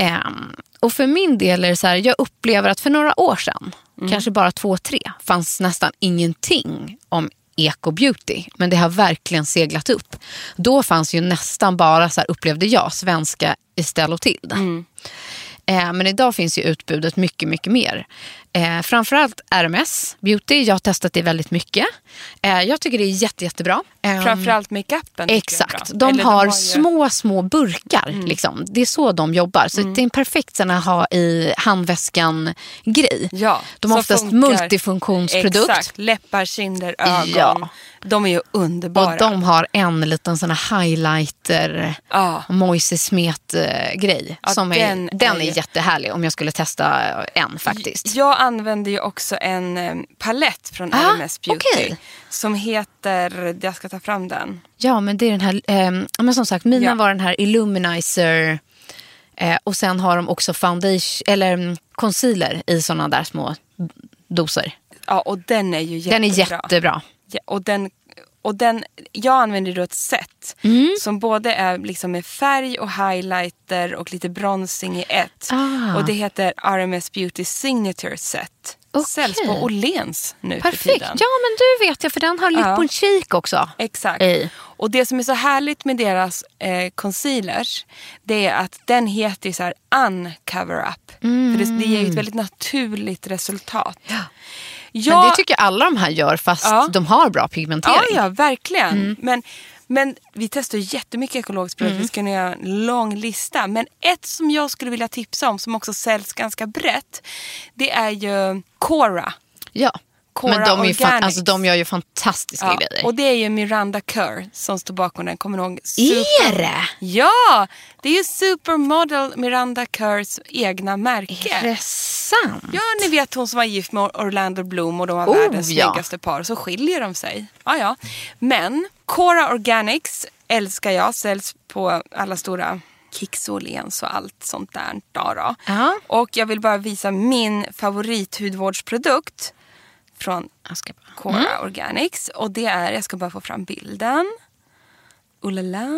Speaker 1: Ehm, och för min del är det så här, jag upplever att för några år sedan, kanske bara två, tre, fanns nästan ingenting om eco-beauty. Men det har verkligen seglat upp. Då fanns ju nästan bara, så här, upplevde jag, svenska Estelle och Tilda. Eh, men idag finns ju utbudet mycket, mycket mer. Eh, framförallt RMS Beauty, jag har testat det väldigt mycket. Eh, jag tycker det är jätte, jättebra. Ehm,
Speaker 2: Framförallt makeupen. tycker jag är
Speaker 1: Exakt.
Speaker 2: bra.
Speaker 1: De
Speaker 2: Eller
Speaker 1: har,
Speaker 2: ju- Mm.
Speaker 1: små, små burkar. Liksom. Det är så de jobbar. Så Det är en perfekt sån här ha i handväskan-grej.
Speaker 2: Ja,
Speaker 1: de har
Speaker 2: som
Speaker 1: oftast
Speaker 2: funkar.
Speaker 1: multifunktionsprodukt.
Speaker 2: Exakt. Läppar, kinder, ögon.
Speaker 1: Ja.
Speaker 2: De är ju underbara.
Speaker 1: Och de har en liten sån här highlighter,
Speaker 2: Ja.
Speaker 1: moise smet eh, grej.
Speaker 2: Ja,
Speaker 1: som är,
Speaker 2: den
Speaker 1: den,
Speaker 2: är
Speaker 1: är,
Speaker 2: ju-
Speaker 1: jättehärlig om jag skulle testa en faktiskt.
Speaker 2: Jag använder ju också en eh, palett från
Speaker 1: Ah,
Speaker 2: RMS Beauty.
Speaker 1: okej.
Speaker 2: Som heter, jag ska ta fram den.
Speaker 1: Ja, men det är den här, ehm, ja, men som sagt, mina
Speaker 2: Ja.
Speaker 1: var den här Illuminizer eh, och sen har de också foundation, eller mm, concealer i såna där små doser.
Speaker 2: Ja, och den är ju jättebra.
Speaker 1: Den är jättebra.
Speaker 2: Ja, och den, och den, jag använder då ett set
Speaker 1: Mm.
Speaker 2: som både är liksom med färg och highlighter och lite bronsing i ett.
Speaker 1: Ah.
Speaker 2: Och det heter RMS Beauty Signature Set.
Speaker 1: Okej.
Speaker 2: Säljs på Åhléns nu för
Speaker 1: Perfekt.
Speaker 2: tiden.
Speaker 1: Ja, men du vet jag, för den har
Speaker 2: Ja.
Speaker 1: lip and cheek också.
Speaker 2: Exakt.
Speaker 1: I.
Speaker 2: Och det som är så härligt med deras eh, concealers det är att den heter ju så här uncover up. För det, det ger ju ett väldigt naturligt resultat. Jag-
Speaker 1: Mm. Men det tycker jag alla de här gör fast
Speaker 2: Ja.
Speaker 1: de har bra pigmentering.
Speaker 2: Ja, ja verkligen.
Speaker 1: Mm.
Speaker 2: Men, men vi testar ju jättemycket ekologiskt bröd. Vi ska nu göra en lång lista. Men ett som jag skulle vilja tipsa om som också säljs ganska brett. Det är ju Cora.
Speaker 1: Ja.
Speaker 2: Cora
Speaker 1: Men de, är ju fan,
Speaker 2: Organics.
Speaker 1: alltså, de gör ju fantastiska
Speaker 2: Ja,
Speaker 1: grejer.
Speaker 2: och det är ju Miranda Kerr som står bakom den. Kommer ni ihåg?
Speaker 1: Är det?
Speaker 2: Ja! Det är ju supermodel Miranda Kerrs egna märke.
Speaker 1: Intressant.
Speaker 2: Ja, ni vet hon som var gift med Orlando Bloom och de var
Speaker 1: Oh,
Speaker 2: världens
Speaker 1: ja.
Speaker 2: snyggaste par. Så skiljer de sig. Ja, ja. Men Cora Organics älskar jag. Säljs på alla stora Kicks och Åhléns och allt sånt där. Då, då.
Speaker 1: Ja.
Speaker 2: Och jag vill bara visa min favorithudvårdsprodukt från
Speaker 1: Jag ska bara-
Speaker 2: Cora Organics. Och det är, jag ska bara få fram bilden. Oh la la.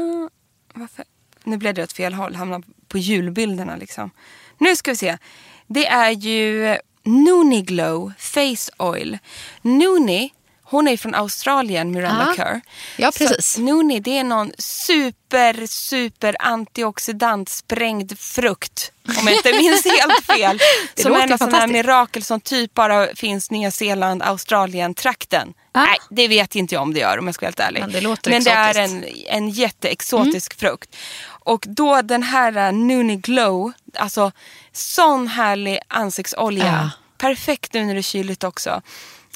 Speaker 2: Varför? Nu blev det åt fel håll, hamnar på julbilderna liksom. Nu ska vi se. Det är ju Noonie Glow Face Oil. Noonie, hon är från Australien, Miranda
Speaker 1: Ja.
Speaker 2: Kerr.
Speaker 1: Ja, precis.
Speaker 2: Så Noonie, det är någon super, super antioxidant sprängd frukt. Om jag inte minns helt fel.
Speaker 1: Det
Speaker 2: som
Speaker 1: låter
Speaker 2: är någon sån här
Speaker 1: fantastiskt.
Speaker 2: mirakel som typ bara finns Nya Zeeland, Australien-trakten.
Speaker 1: Ah.
Speaker 2: Nej, det vet inte jag om det gör om jag ska vara helt ärlig.
Speaker 1: Men det låter
Speaker 2: Men det är
Speaker 1: exotiskt.
Speaker 2: en en jätteexotisk
Speaker 1: Mm.
Speaker 2: frukt. Och då den här eh, Nuni Glow, alltså sån härlig ansiktsolja. Perfekt nu när det är kyligt också.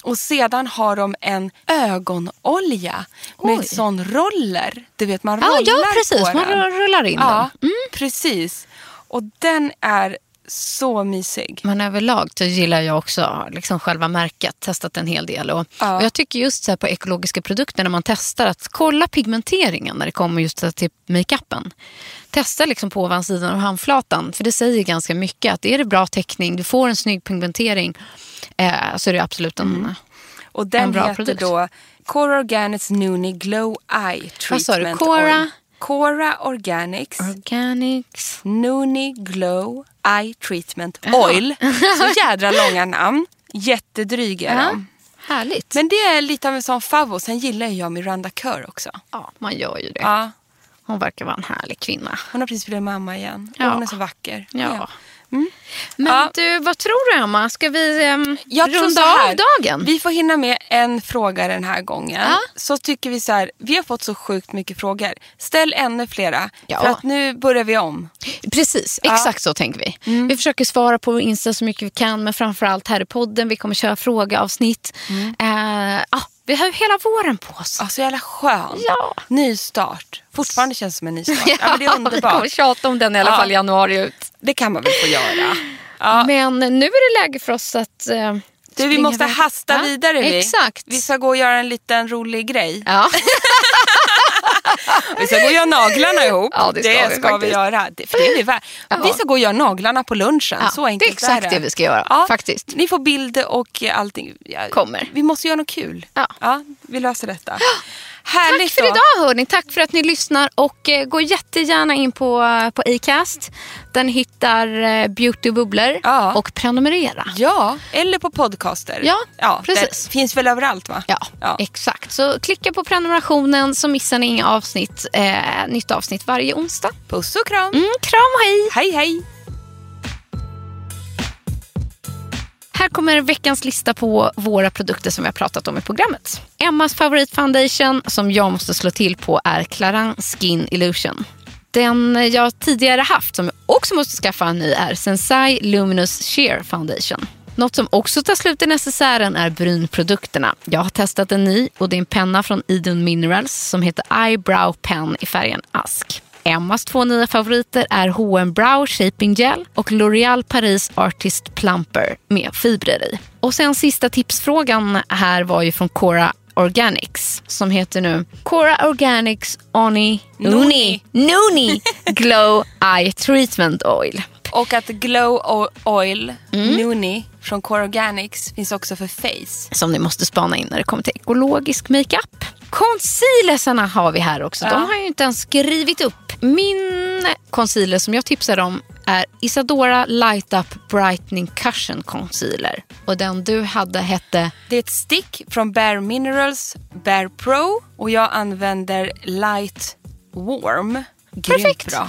Speaker 2: Och sedan har de en ögonolja med
Speaker 1: Oj.
Speaker 2: sån roller. Du vet man
Speaker 1: Ja,
Speaker 2: rollar
Speaker 1: ja, precis.
Speaker 2: på
Speaker 1: Man
Speaker 2: den.
Speaker 1: rullar in
Speaker 2: Ja,
Speaker 1: den. Mm.
Speaker 2: precis. Och den är så mysig.
Speaker 1: Men överlag så gillar jag också liksom själva märket, testat en hel del. Och,
Speaker 2: Ja.
Speaker 1: och Jag tycker just så här på ekologiska produkter när man testar att kolla pigmenteringen när det kommer just till makeupen. Testa liksom på ovansidan av handflatan för det säger ganska mycket att är det bra täckning, du får en snygg pigmentering eh, så är det absolut en...
Speaker 2: Mm. Och den
Speaker 1: En bra
Speaker 2: heter
Speaker 1: produkt.
Speaker 2: då Cora Organics Nuni Glow Eye Treatment
Speaker 1: Vad sa du? Cora?
Speaker 2: Oil. Cora Organics.
Speaker 1: eh, Organics.
Speaker 2: Nuni Glow Eye Treatment Oil. Så jädra långa namn. Jättedryg är
Speaker 1: Ja.
Speaker 2: de.
Speaker 1: Härligt.
Speaker 2: Men det är lite av en sån favvo. Sen gillar jag Miranda Kerr också.
Speaker 1: ja, man gör ju det.
Speaker 2: Ja,
Speaker 1: Hon verkar vara en härlig kvinna.
Speaker 2: hon har precis blivit mamma igen. Och
Speaker 1: Ja.
Speaker 2: Hon är så vacker.
Speaker 1: Ja. Men
Speaker 2: Mm. Ja.
Speaker 1: du, vad tror du Emma? Ska vi ehm,
Speaker 2: Jag tror så
Speaker 1: runda
Speaker 2: här,
Speaker 1: av dagen?
Speaker 2: Vi får hinna med en fråga den här gången.
Speaker 1: Ja.
Speaker 2: Så tycker vi så här, vi har fått så sjukt mycket frågor. Ställ ännu flera.
Speaker 1: Ja.
Speaker 2: För att nu börjar vi om.
Speaker 1: Precis,
Speaker 2: Ja. Mm.
Speaker 1: exakt så tänker vi. Vi försöker svara på Insta så mycket vi kan, men framförallt här i podden. Vi kommer köra frågeavsnitt. Eh, ah, vi har ju hela våren på
Speaker 2: Mm.
Speaker 1: oss.
Speaker 2: Ja, så jävla skönt.
Speaker 1: Ja.
Speaker 2: Ny start. Fortfarande känns det som en ny start. Ja, men det är
Speaker 1: vi
Speaker 2: underbart.
Speaker 1: kommer tjata om den i alla
Speaker 2: Ja.
Speaker 1: fall januari ut.
Speaker 2: Det kan man väl få göra. Ja.
Speaker 1: Men nu är det läge för oss att eh,
Speaker 2: Du, vi
Speaker 1: springa
Speaker 2: måste
Speaker 1: iväg.
Speaker 2: hasta
Speaker 1: Ja,
Speaker 2: vidare. Vi.
Speaker 1: Exakt.
Speaker 2: vi ska gå och göra en liten rolig grej.
Speaker 1: Ja.
Speaker 2: Vi ska gå och göra naglarna ihop.
Speaker 1: Ja, det ska vi faktiskt.
Speaker 2: göra. Det, för det är vi, värd. vi ska gå och göra naglarna på lunchen.
Speaker 1: Ja,
Speaker 2: Så enkelt
Speaker 1: det är exakt
Speaker 2: är
Speaker 1: det vi ska göra, faktiskt.
Speaker 2: Ni får bilder och eh, allting. Ja,
Speaker 1: Kommer.
Speaker 2: Vi måste göra något kul.
Speaker 1: Ja.
Speaker 2: vi löser detta.
Speaker 1: Tack
Speaker 2: Härligt
Speaker 1: för
Speaker 2: då.
Speaker 1: idag hörni. Tack för att ni lyssnar och eh, gå jättegärna in på, eh, på Acast. Den hittar eh, Beauty Bubblor
Speaker 2: Ja.
Speaker 1: och prenumerera.
Speaker 2: Ja, eller på podcaster.
Speaker 1: Ja,
Speaker 2: det
Speaker 1: precis.
Speaker 2: finns väl överallt va?
Speaker 1: Ja, exakt. Så klicka på prenumerationen så missar ni inga avsnitt. Eh, nytt avsnitt varje onsdag.
Speaker 2: Puss och kram.
Speaker 1: Mm, kram och hej!
Speaker 2: Hej hej.
Speaker 1: Här kommer veckans lista på våra produkter som vi har pratat om i programmet. Emmas favoritfoundation som jag måste slå till på är Clarin Skin Illusion. Den jag tidigare haft som jag också måste skaffa en ny är Sensai Luminous Sheer Foundation. Något som också tar slut i necessären är brynprodukterna. Jag har testat en ny och det är en penna från Idun Minerals som heter Eyebrow Pen i färgen ask. Emmas två nya favoriter är H&M Brow Shaping Gel och L'Oreal Paris Artist Plumper med fibrer i. Och sen sista tipsfrågan här var ju från Cora Organics som heter nu Cora Organics Oni Nuni Nuni Glow Eye Treatment Oil.
Speaker 2: Och att Glow O- Oil, Nuni från Core Organics finns också för face.
Speaker 1: som ni måste spana in när det kommer till ekologisk makeup. Concealersarna har vi här också. De har jag ju inte ens skrivit upp. Min concealer som jag tipsar om är Isadora Light Up Brightening Cushion Concealer. Och den du hade hette...
Speaker 2: Det är ett stick från Bare Minerals Bare Pro och jag använder Light Warm. Grymt
Speaker 1: Perfekt.
Speaker 2: bra.